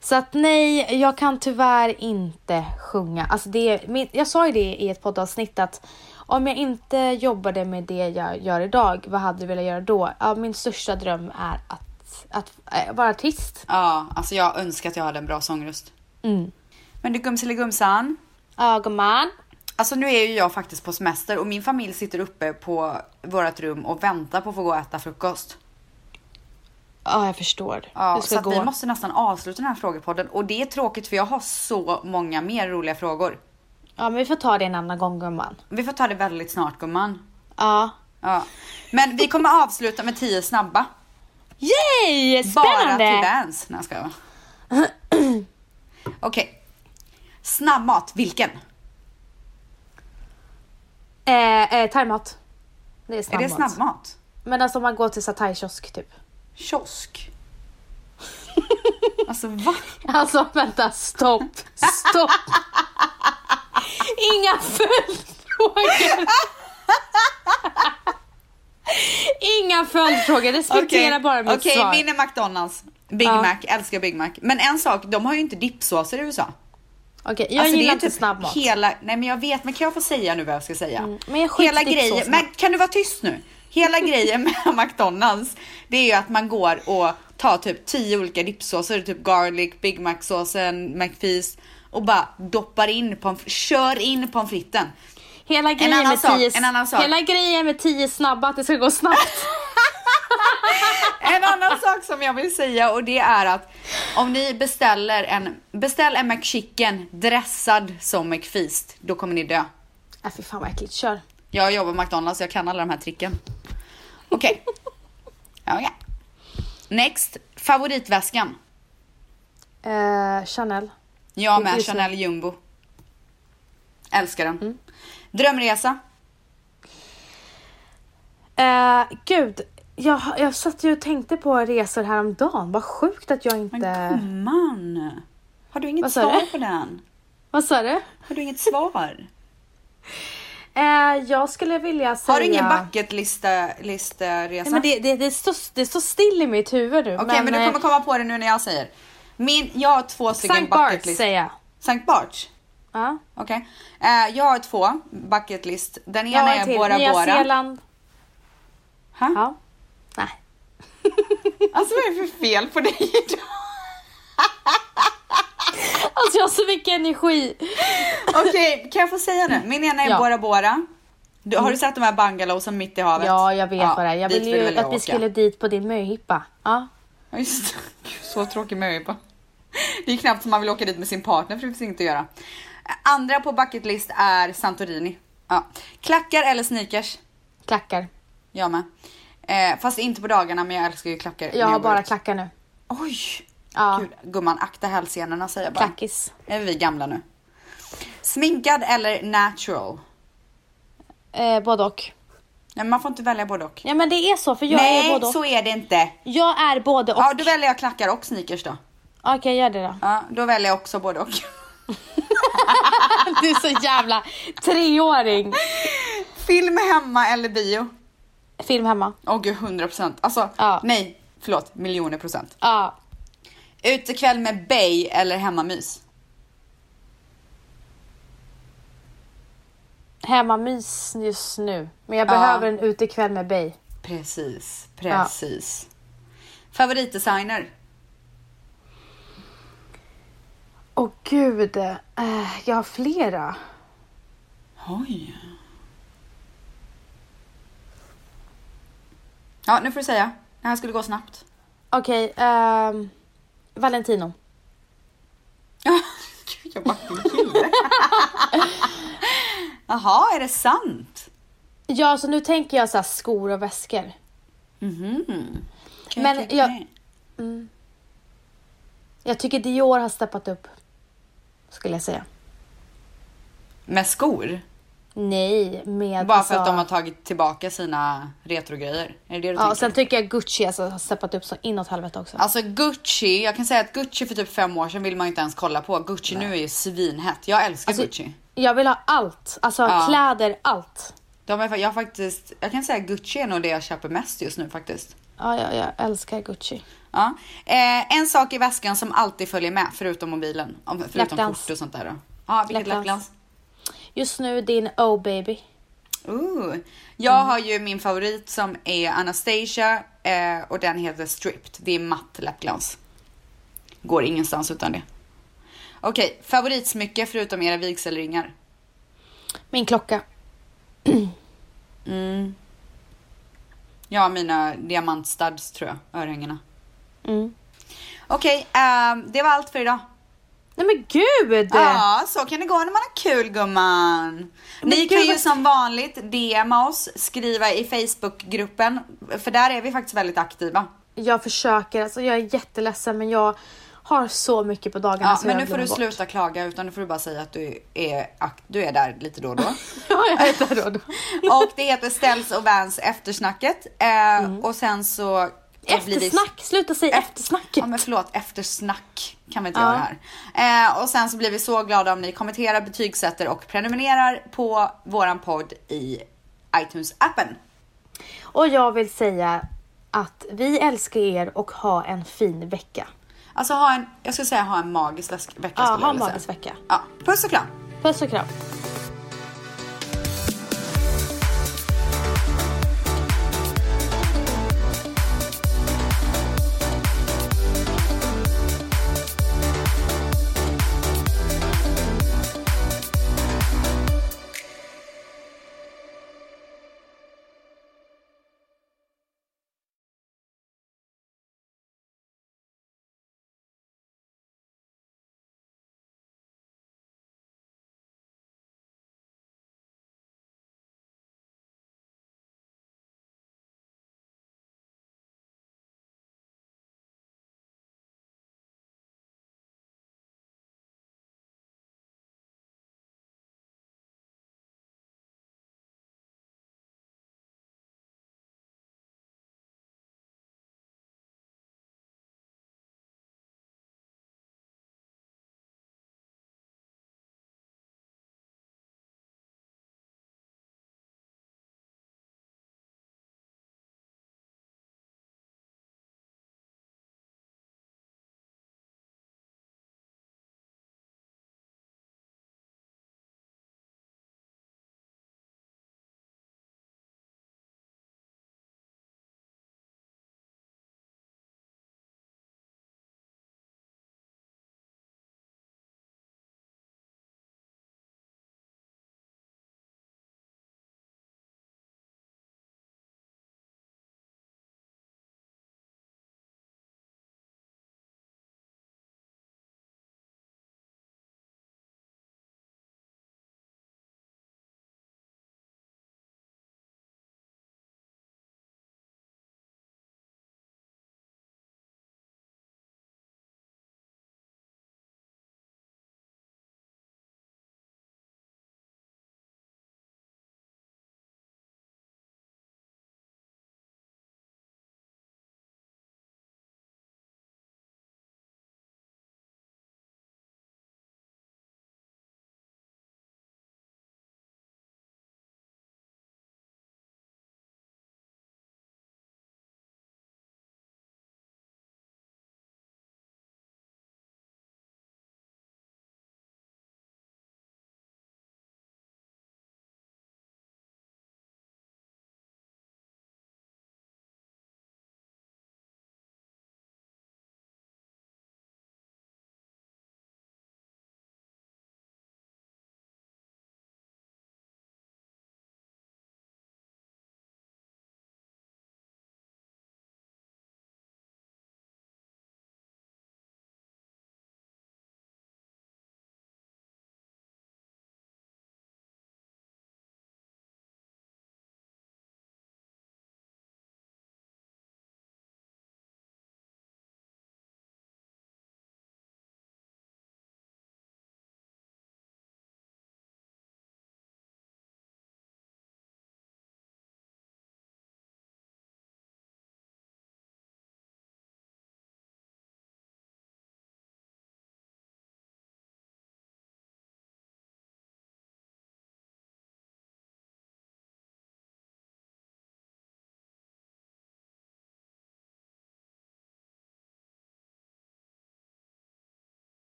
Speaker 2: Så att nej, jag kan tyvärr inte sjunga. Alltså det, är- min, jag sa ju det i ett poddavsnitt att om jag inte jobbade med det jag gör idag, vad hade du velat göra då? Ja, min största dröm är att, att eh, vara artist.
Speaker 1: Ja, alltså jag önskar att jag hade en bra sångröst.
Speaker 2: Mm.
Speaker 1: Men du gumseligumsan.
Speaker 2: Ja, gumman.
Speaker 1: Alltså nu är ju jag faktiskt på semester och min familj sitter uppe på vårt rum och väntar på att få gå och äta frukost.
Speaker 2: Ja, jag förstår.
Speaker 1: Ja,
Speaker 2: du
Speaker 1: så
Speaker 2: ska
Speaker 1: att
Speaker 2: gå.
Speaker 1: vi måste nästan avsluta den här frågepodden och det är tråkigt för jag har så många mer roliga frågor.
Speaker 2: Ja, men vi får ta det en annan gång gumman.
Speaker 1: Vi får ta det väldigt snart gumman.
Speaker 2: Ja.
Speaker 1: Ja. Men vi kommer avsluta med tio snabba. Bara
Speaker 2: Yay!
Speaker 1: till
Speaker 2: Spännande!
Speaker 1: Dance. Nej, jag skojar. Okej. Snabbmat, vilken?
Speaker 2: Eh, eh, thaimat. Det är
Speaker 1: Är
Speaker 2: snabbmat.
Speaker 1: det snabbmat?
Speaker 2: Men alltså om man går till så här thaikiosk typ.
Speaker 1: Kiosk? alltså va?
Speaker 2: Alltså vänta, stopp, stopp. Inga följdfrågor. Inga följdfrågor, respektera bara mitt
Speaker 1: Okej,
Speaker 2: svar.
Speaker 1: vinner McDonalds. Big
Speaker 2: Ja.
Speaker 1: Mac, älskar Big Mac. Men en sak, de har ju inte dipsåser i USA.
Speaker 2: Okej, jag
Speaker 1: Alltså, det är
Speaker 2: gillar
Speaker 1: ju
Speaker 2: inte snabbmat. Mm,
Speaker 1: Hela, nej men jag vet, men kan jag få säga nu vad jag ska säga?
Speaker 2: men jag skiter
Speaker 1: hela
Speaker 2: i
Speaker 1: grejen,
Speaker 2: dipsåsen.
Speaker 1: men kan du vara tyst nu? Hela grejen med McDonalds, det är ju att man går och tar typ 10 olika dipsåser, typ garlic, Big Mac-såsen, McFeast och bara doppar in, pomf- kör in pommes fritesen.
Speaker 2: Hela
Speaker 1: annan
Speaker 2: grejen, med
Speaker 1: sak,
Speaker 2: tio,
Speaker 1: en annan sak.
Speaker 2: hela grejen med tio snabba, att det ska gå snabbt.
Speaker 1: En annan sak som jag vill säga och det är att om ni beställer en, beställ en McChicken dressad som McFeast, då kommer ni dö.
Speaker 2: Nej fy Äh, fan vad äckligt, kör.
Speaker 1: Jag jobbar på McDonalds, jag kan alla de här tricken. Okej. Ja, ja. Next, favoritväskan.
Speaker 2: Eh, Chanel.
Speaker 1: Jag
Speaker 2: Det är
Speaker 1: med
Speaker 2: så. Mm.
Speaker 1: Chanel Jumbo. Älskar den. Drömresa.
Speaker 2: Eh, gud, jag, jag satt ju och tänkte på resor häromdagen. Vad sjukt att jag inte...
Speaker 1: gumman. Har du inget
Speaker 2: Vad sa du?
Speaker 1: svar på den?
Speaker 2: Vad sa du?
Speaker 1: Har du inget svar?
Speaker 2: Eh, jag skulle vilja säga...
Speaker 1: Har du ingen bucket lista, lista resa?
Speaker 2: Nej, men det, det, det, står, det står still i mitt huvud nu.
Speaker 1: Okej, men, du kommer komma på det nu när jag säger. Min, jag har två stycken
Speaker 2: eh, Sankt Barts
Speaker 1: bucket list.
Speaker 2: säger jag.
Speaker 1: Sankt Barts?
Speaker 2: Ja.
Speaker 1: Okej. Eh, jag har två bucket list. Den
Speaker 2: Jag har
Speaker 1: ena
Speaker 2: en
Speaker 1: är
Speaker 2: till.
Speaker 1: Bora
Speaker 2: Nya
Speaker 1: Bora.
Speaker 2: Zeeland.
Speaker 1: Ha?
Speaker 2: Ja. Nej.
Speaker 1: Alltså vad är det för fel på dig idag?
Speaker 2: Alltså jag har så mycket energi.
Speaker 1: Okej, kan jag få säga nu? Min ena är
Speaker 2: Ja. Mm.
Speaker 1: Bora Bora. Du, har du sett de här bungalowen mitt i havet?
Speaker 2: Ja, jag vet vad det är. Jag
Speaker 1: dit
Speaker 2: ville
Speaker 1: vill
Speaker 2: ju
Speaker 1: jag
Speaker 2: att vi
Speaker 1: åka.
Speaker 2: skulle dit på din möhippa. Ja.
Speaker 1: Ja, just det. Gud, Så tråkig möj på. Det är knappt som man vill åka dit med sin partner för det finns inget att göra. Andra på bucket list är Santorini. Ja. Klackar eller sneakers?
Speaker 2: Klackar.
Speaker 1: Jag med. Eh, fast inte på dagarna men jag älskar ju klackar. när
Speaker 2: Jag har
Speaker 1: går
Speaker 2: bara
Speaker 1: ut.
Speaker 2: klackar nu.
Speaker 1: Oj!
Speaker 2: Ja.
Speaker 1: Gud, gumman akta hälsenorna säger jag bara.
Speaker 2: Klackis.
Speaker 1: Är vi gamla nu? Sminkad eller natural?
Speaker 2: Eh, både och.
Speaker 1: Nej, man får inte välja både och.
Speaker 2: Ja men det är så för jag
Speaker 1: Nej,
Speaker 2: är både och.
Speaker 1: så är det inte.
Speaker 2: Jag är både och.
Speaker 1: Ja, då väljer jag klackar och sneakers då.
Speaker 2: Okej gör det då.
Speaker 1: Ja, då väljer jag också både och.
Speaker 2: Du är så jävla treåring.
Speaker 1: Film hemma eller bio?
Speaker 2: Film hemma.
Speaker 1: Åh gud, 100 procent. Alltså,
Speaker 2: Ja.
Speaker 1: nej, förlåt, miljoner procent.
Speaker 2: Ja.
Speaker 1: Utekväll med Bay eller hemmamys?
Speaker 2: Hemmamys just nu. Men jag
Speaker 1: Ja.
Speaker 2: behöver en utekväll med Bey.
Speaker 1: Precis, precis. Favoritdesigner?
Speaker 2: Åh oh, gud, Eh, jag har flera.
Speaker 1: Oj. Ja, nu får du säga. Det här skulle gå snabbt.
Speaker 2: Okej, ehm, Valentino.
Speaker 1: Gud, jag bara, en kille. Jaha, är det sant?
Speaker 2: Ja, så nu tänker jag så här skor och väskor.
Speaker 1: Mhm. Okej,
Speaker 2: Men
Speaker 1: okej,
Speaker 2: jag-
Speaker 1: okej.
Speaker 2: Jag tycker Dior har steppat upp. Skulle jag säga.
Speaker 1: Med skor?
Speaker 2: Nej, med...
Speaker 1: Bara för att
Speaker 2: alltså-
Speaker 1: de har tagit tillbaka sina retrogrejer? Är det det du
Speaker 2: Ja,
Speaker 1: tänker?
Speaker 2: och sen tycker jag Gucci alltså, har steppat upp så inåt helvete också.
Speaker 1: Alltså Gucci, jag kan säga att Gucci för typ fem år sedan vill man inte ens kolla på. Gucci nu är ju svinhett. Jag älskar
Speaker 2: Alltså,
Speaker 1: Gucci.
Speaker 2: Jag vill ha allt. Alltså
Speaker 1: Ja.
Speaker 2: kläder, allt.
Speaker 1: De är, fa- jag, har faktiskt, jag kan säga att Gucci är nog det jag köper mest just nu faktiskt.
Speaker 2: Ja, ja, jag älskar Gucci.
Speaker 1: Ja. Eh, en sak i väskan som alltid följer med, förutom mobilen. Om- Förutom
Speaker 2: Läppglans.
Speaker 1: kort och sånt där då. Ja, vilket
Speaker 2: Läppglans.
Speaker 1: läppglans.
Speaker 2: Just nu din Oh baby.
Speaker 1: Ooh. Jag har ju min favorit som är Anastasia eh, och den heter Stripped. Det är matt läppglans. Går ingenstans utan det. Okej, favoritsmycke förutom era vigselringar?
Speaker 2: Min klocka.
Speaker 1: Ja, mina diamantstuds tror jag. Örhängena.
Speaker 2: Mm.
Speaker 1: Okej, ehm, det var allt för idag.
Speaker 2: Nej men gud!
Speaker 1: Ja, så kan det gå när man har kul gumman. Ni
Speaker 2: gud,
Speaker 1: kan ju
Speaker 2: vad-
Speaker 1: som vanligt DMa oss, skriva i Facebookgruppen, för där är vi faktiskt väldigt aktiva.
Speaker 2: Jag försöker, alltså jag är jätteledsen men jag har så mycket på dagarna
Speaker 1: Ja,
Speaker 2: som
Speaker 1: men
Speaker 2: jag
Speaker 1: nu får
Speaker 2: glömmer
Speaker 1: du
Speaker 2: bort.
Speaker 1: sluta klaga utan nu får du bara säga att du är, ak- du är där lite då och då.
Speaker 2: Ja, jag heter då, då.
Speaker 1: och det heter Ställs och Vans eftersnacket. Eh, Och sen så... så blir vi-
Speaker 2: Eftersnack! Sluta säga eftersnacket!
Speaker 1: Ja men förlåt, eftersnack kan vi inte
Speaker 2: Ja.
Speaker 1: göra här. Eh, och sen så blir vi så glada om ni kommenterar, betygsätter och prenumererar på våran podd i iTunes-appen.
Speaker 2: Och jag vill säga att vi älskar er och ha en fin vecka.
Speaker 1: Alltså ha en, jag skulle säga ha en magisk läsk- vecka skulle
Speaker 2: Ja, ha
Speaker 1: jag
Speaker 2: en
Speaker 1: vilja
Speaker 2: magisk
Speaker 1: säga.
Speaker 2: vecka.
Speaker 1: Ja, puss och kram.
Speaker 2: Puss och kram.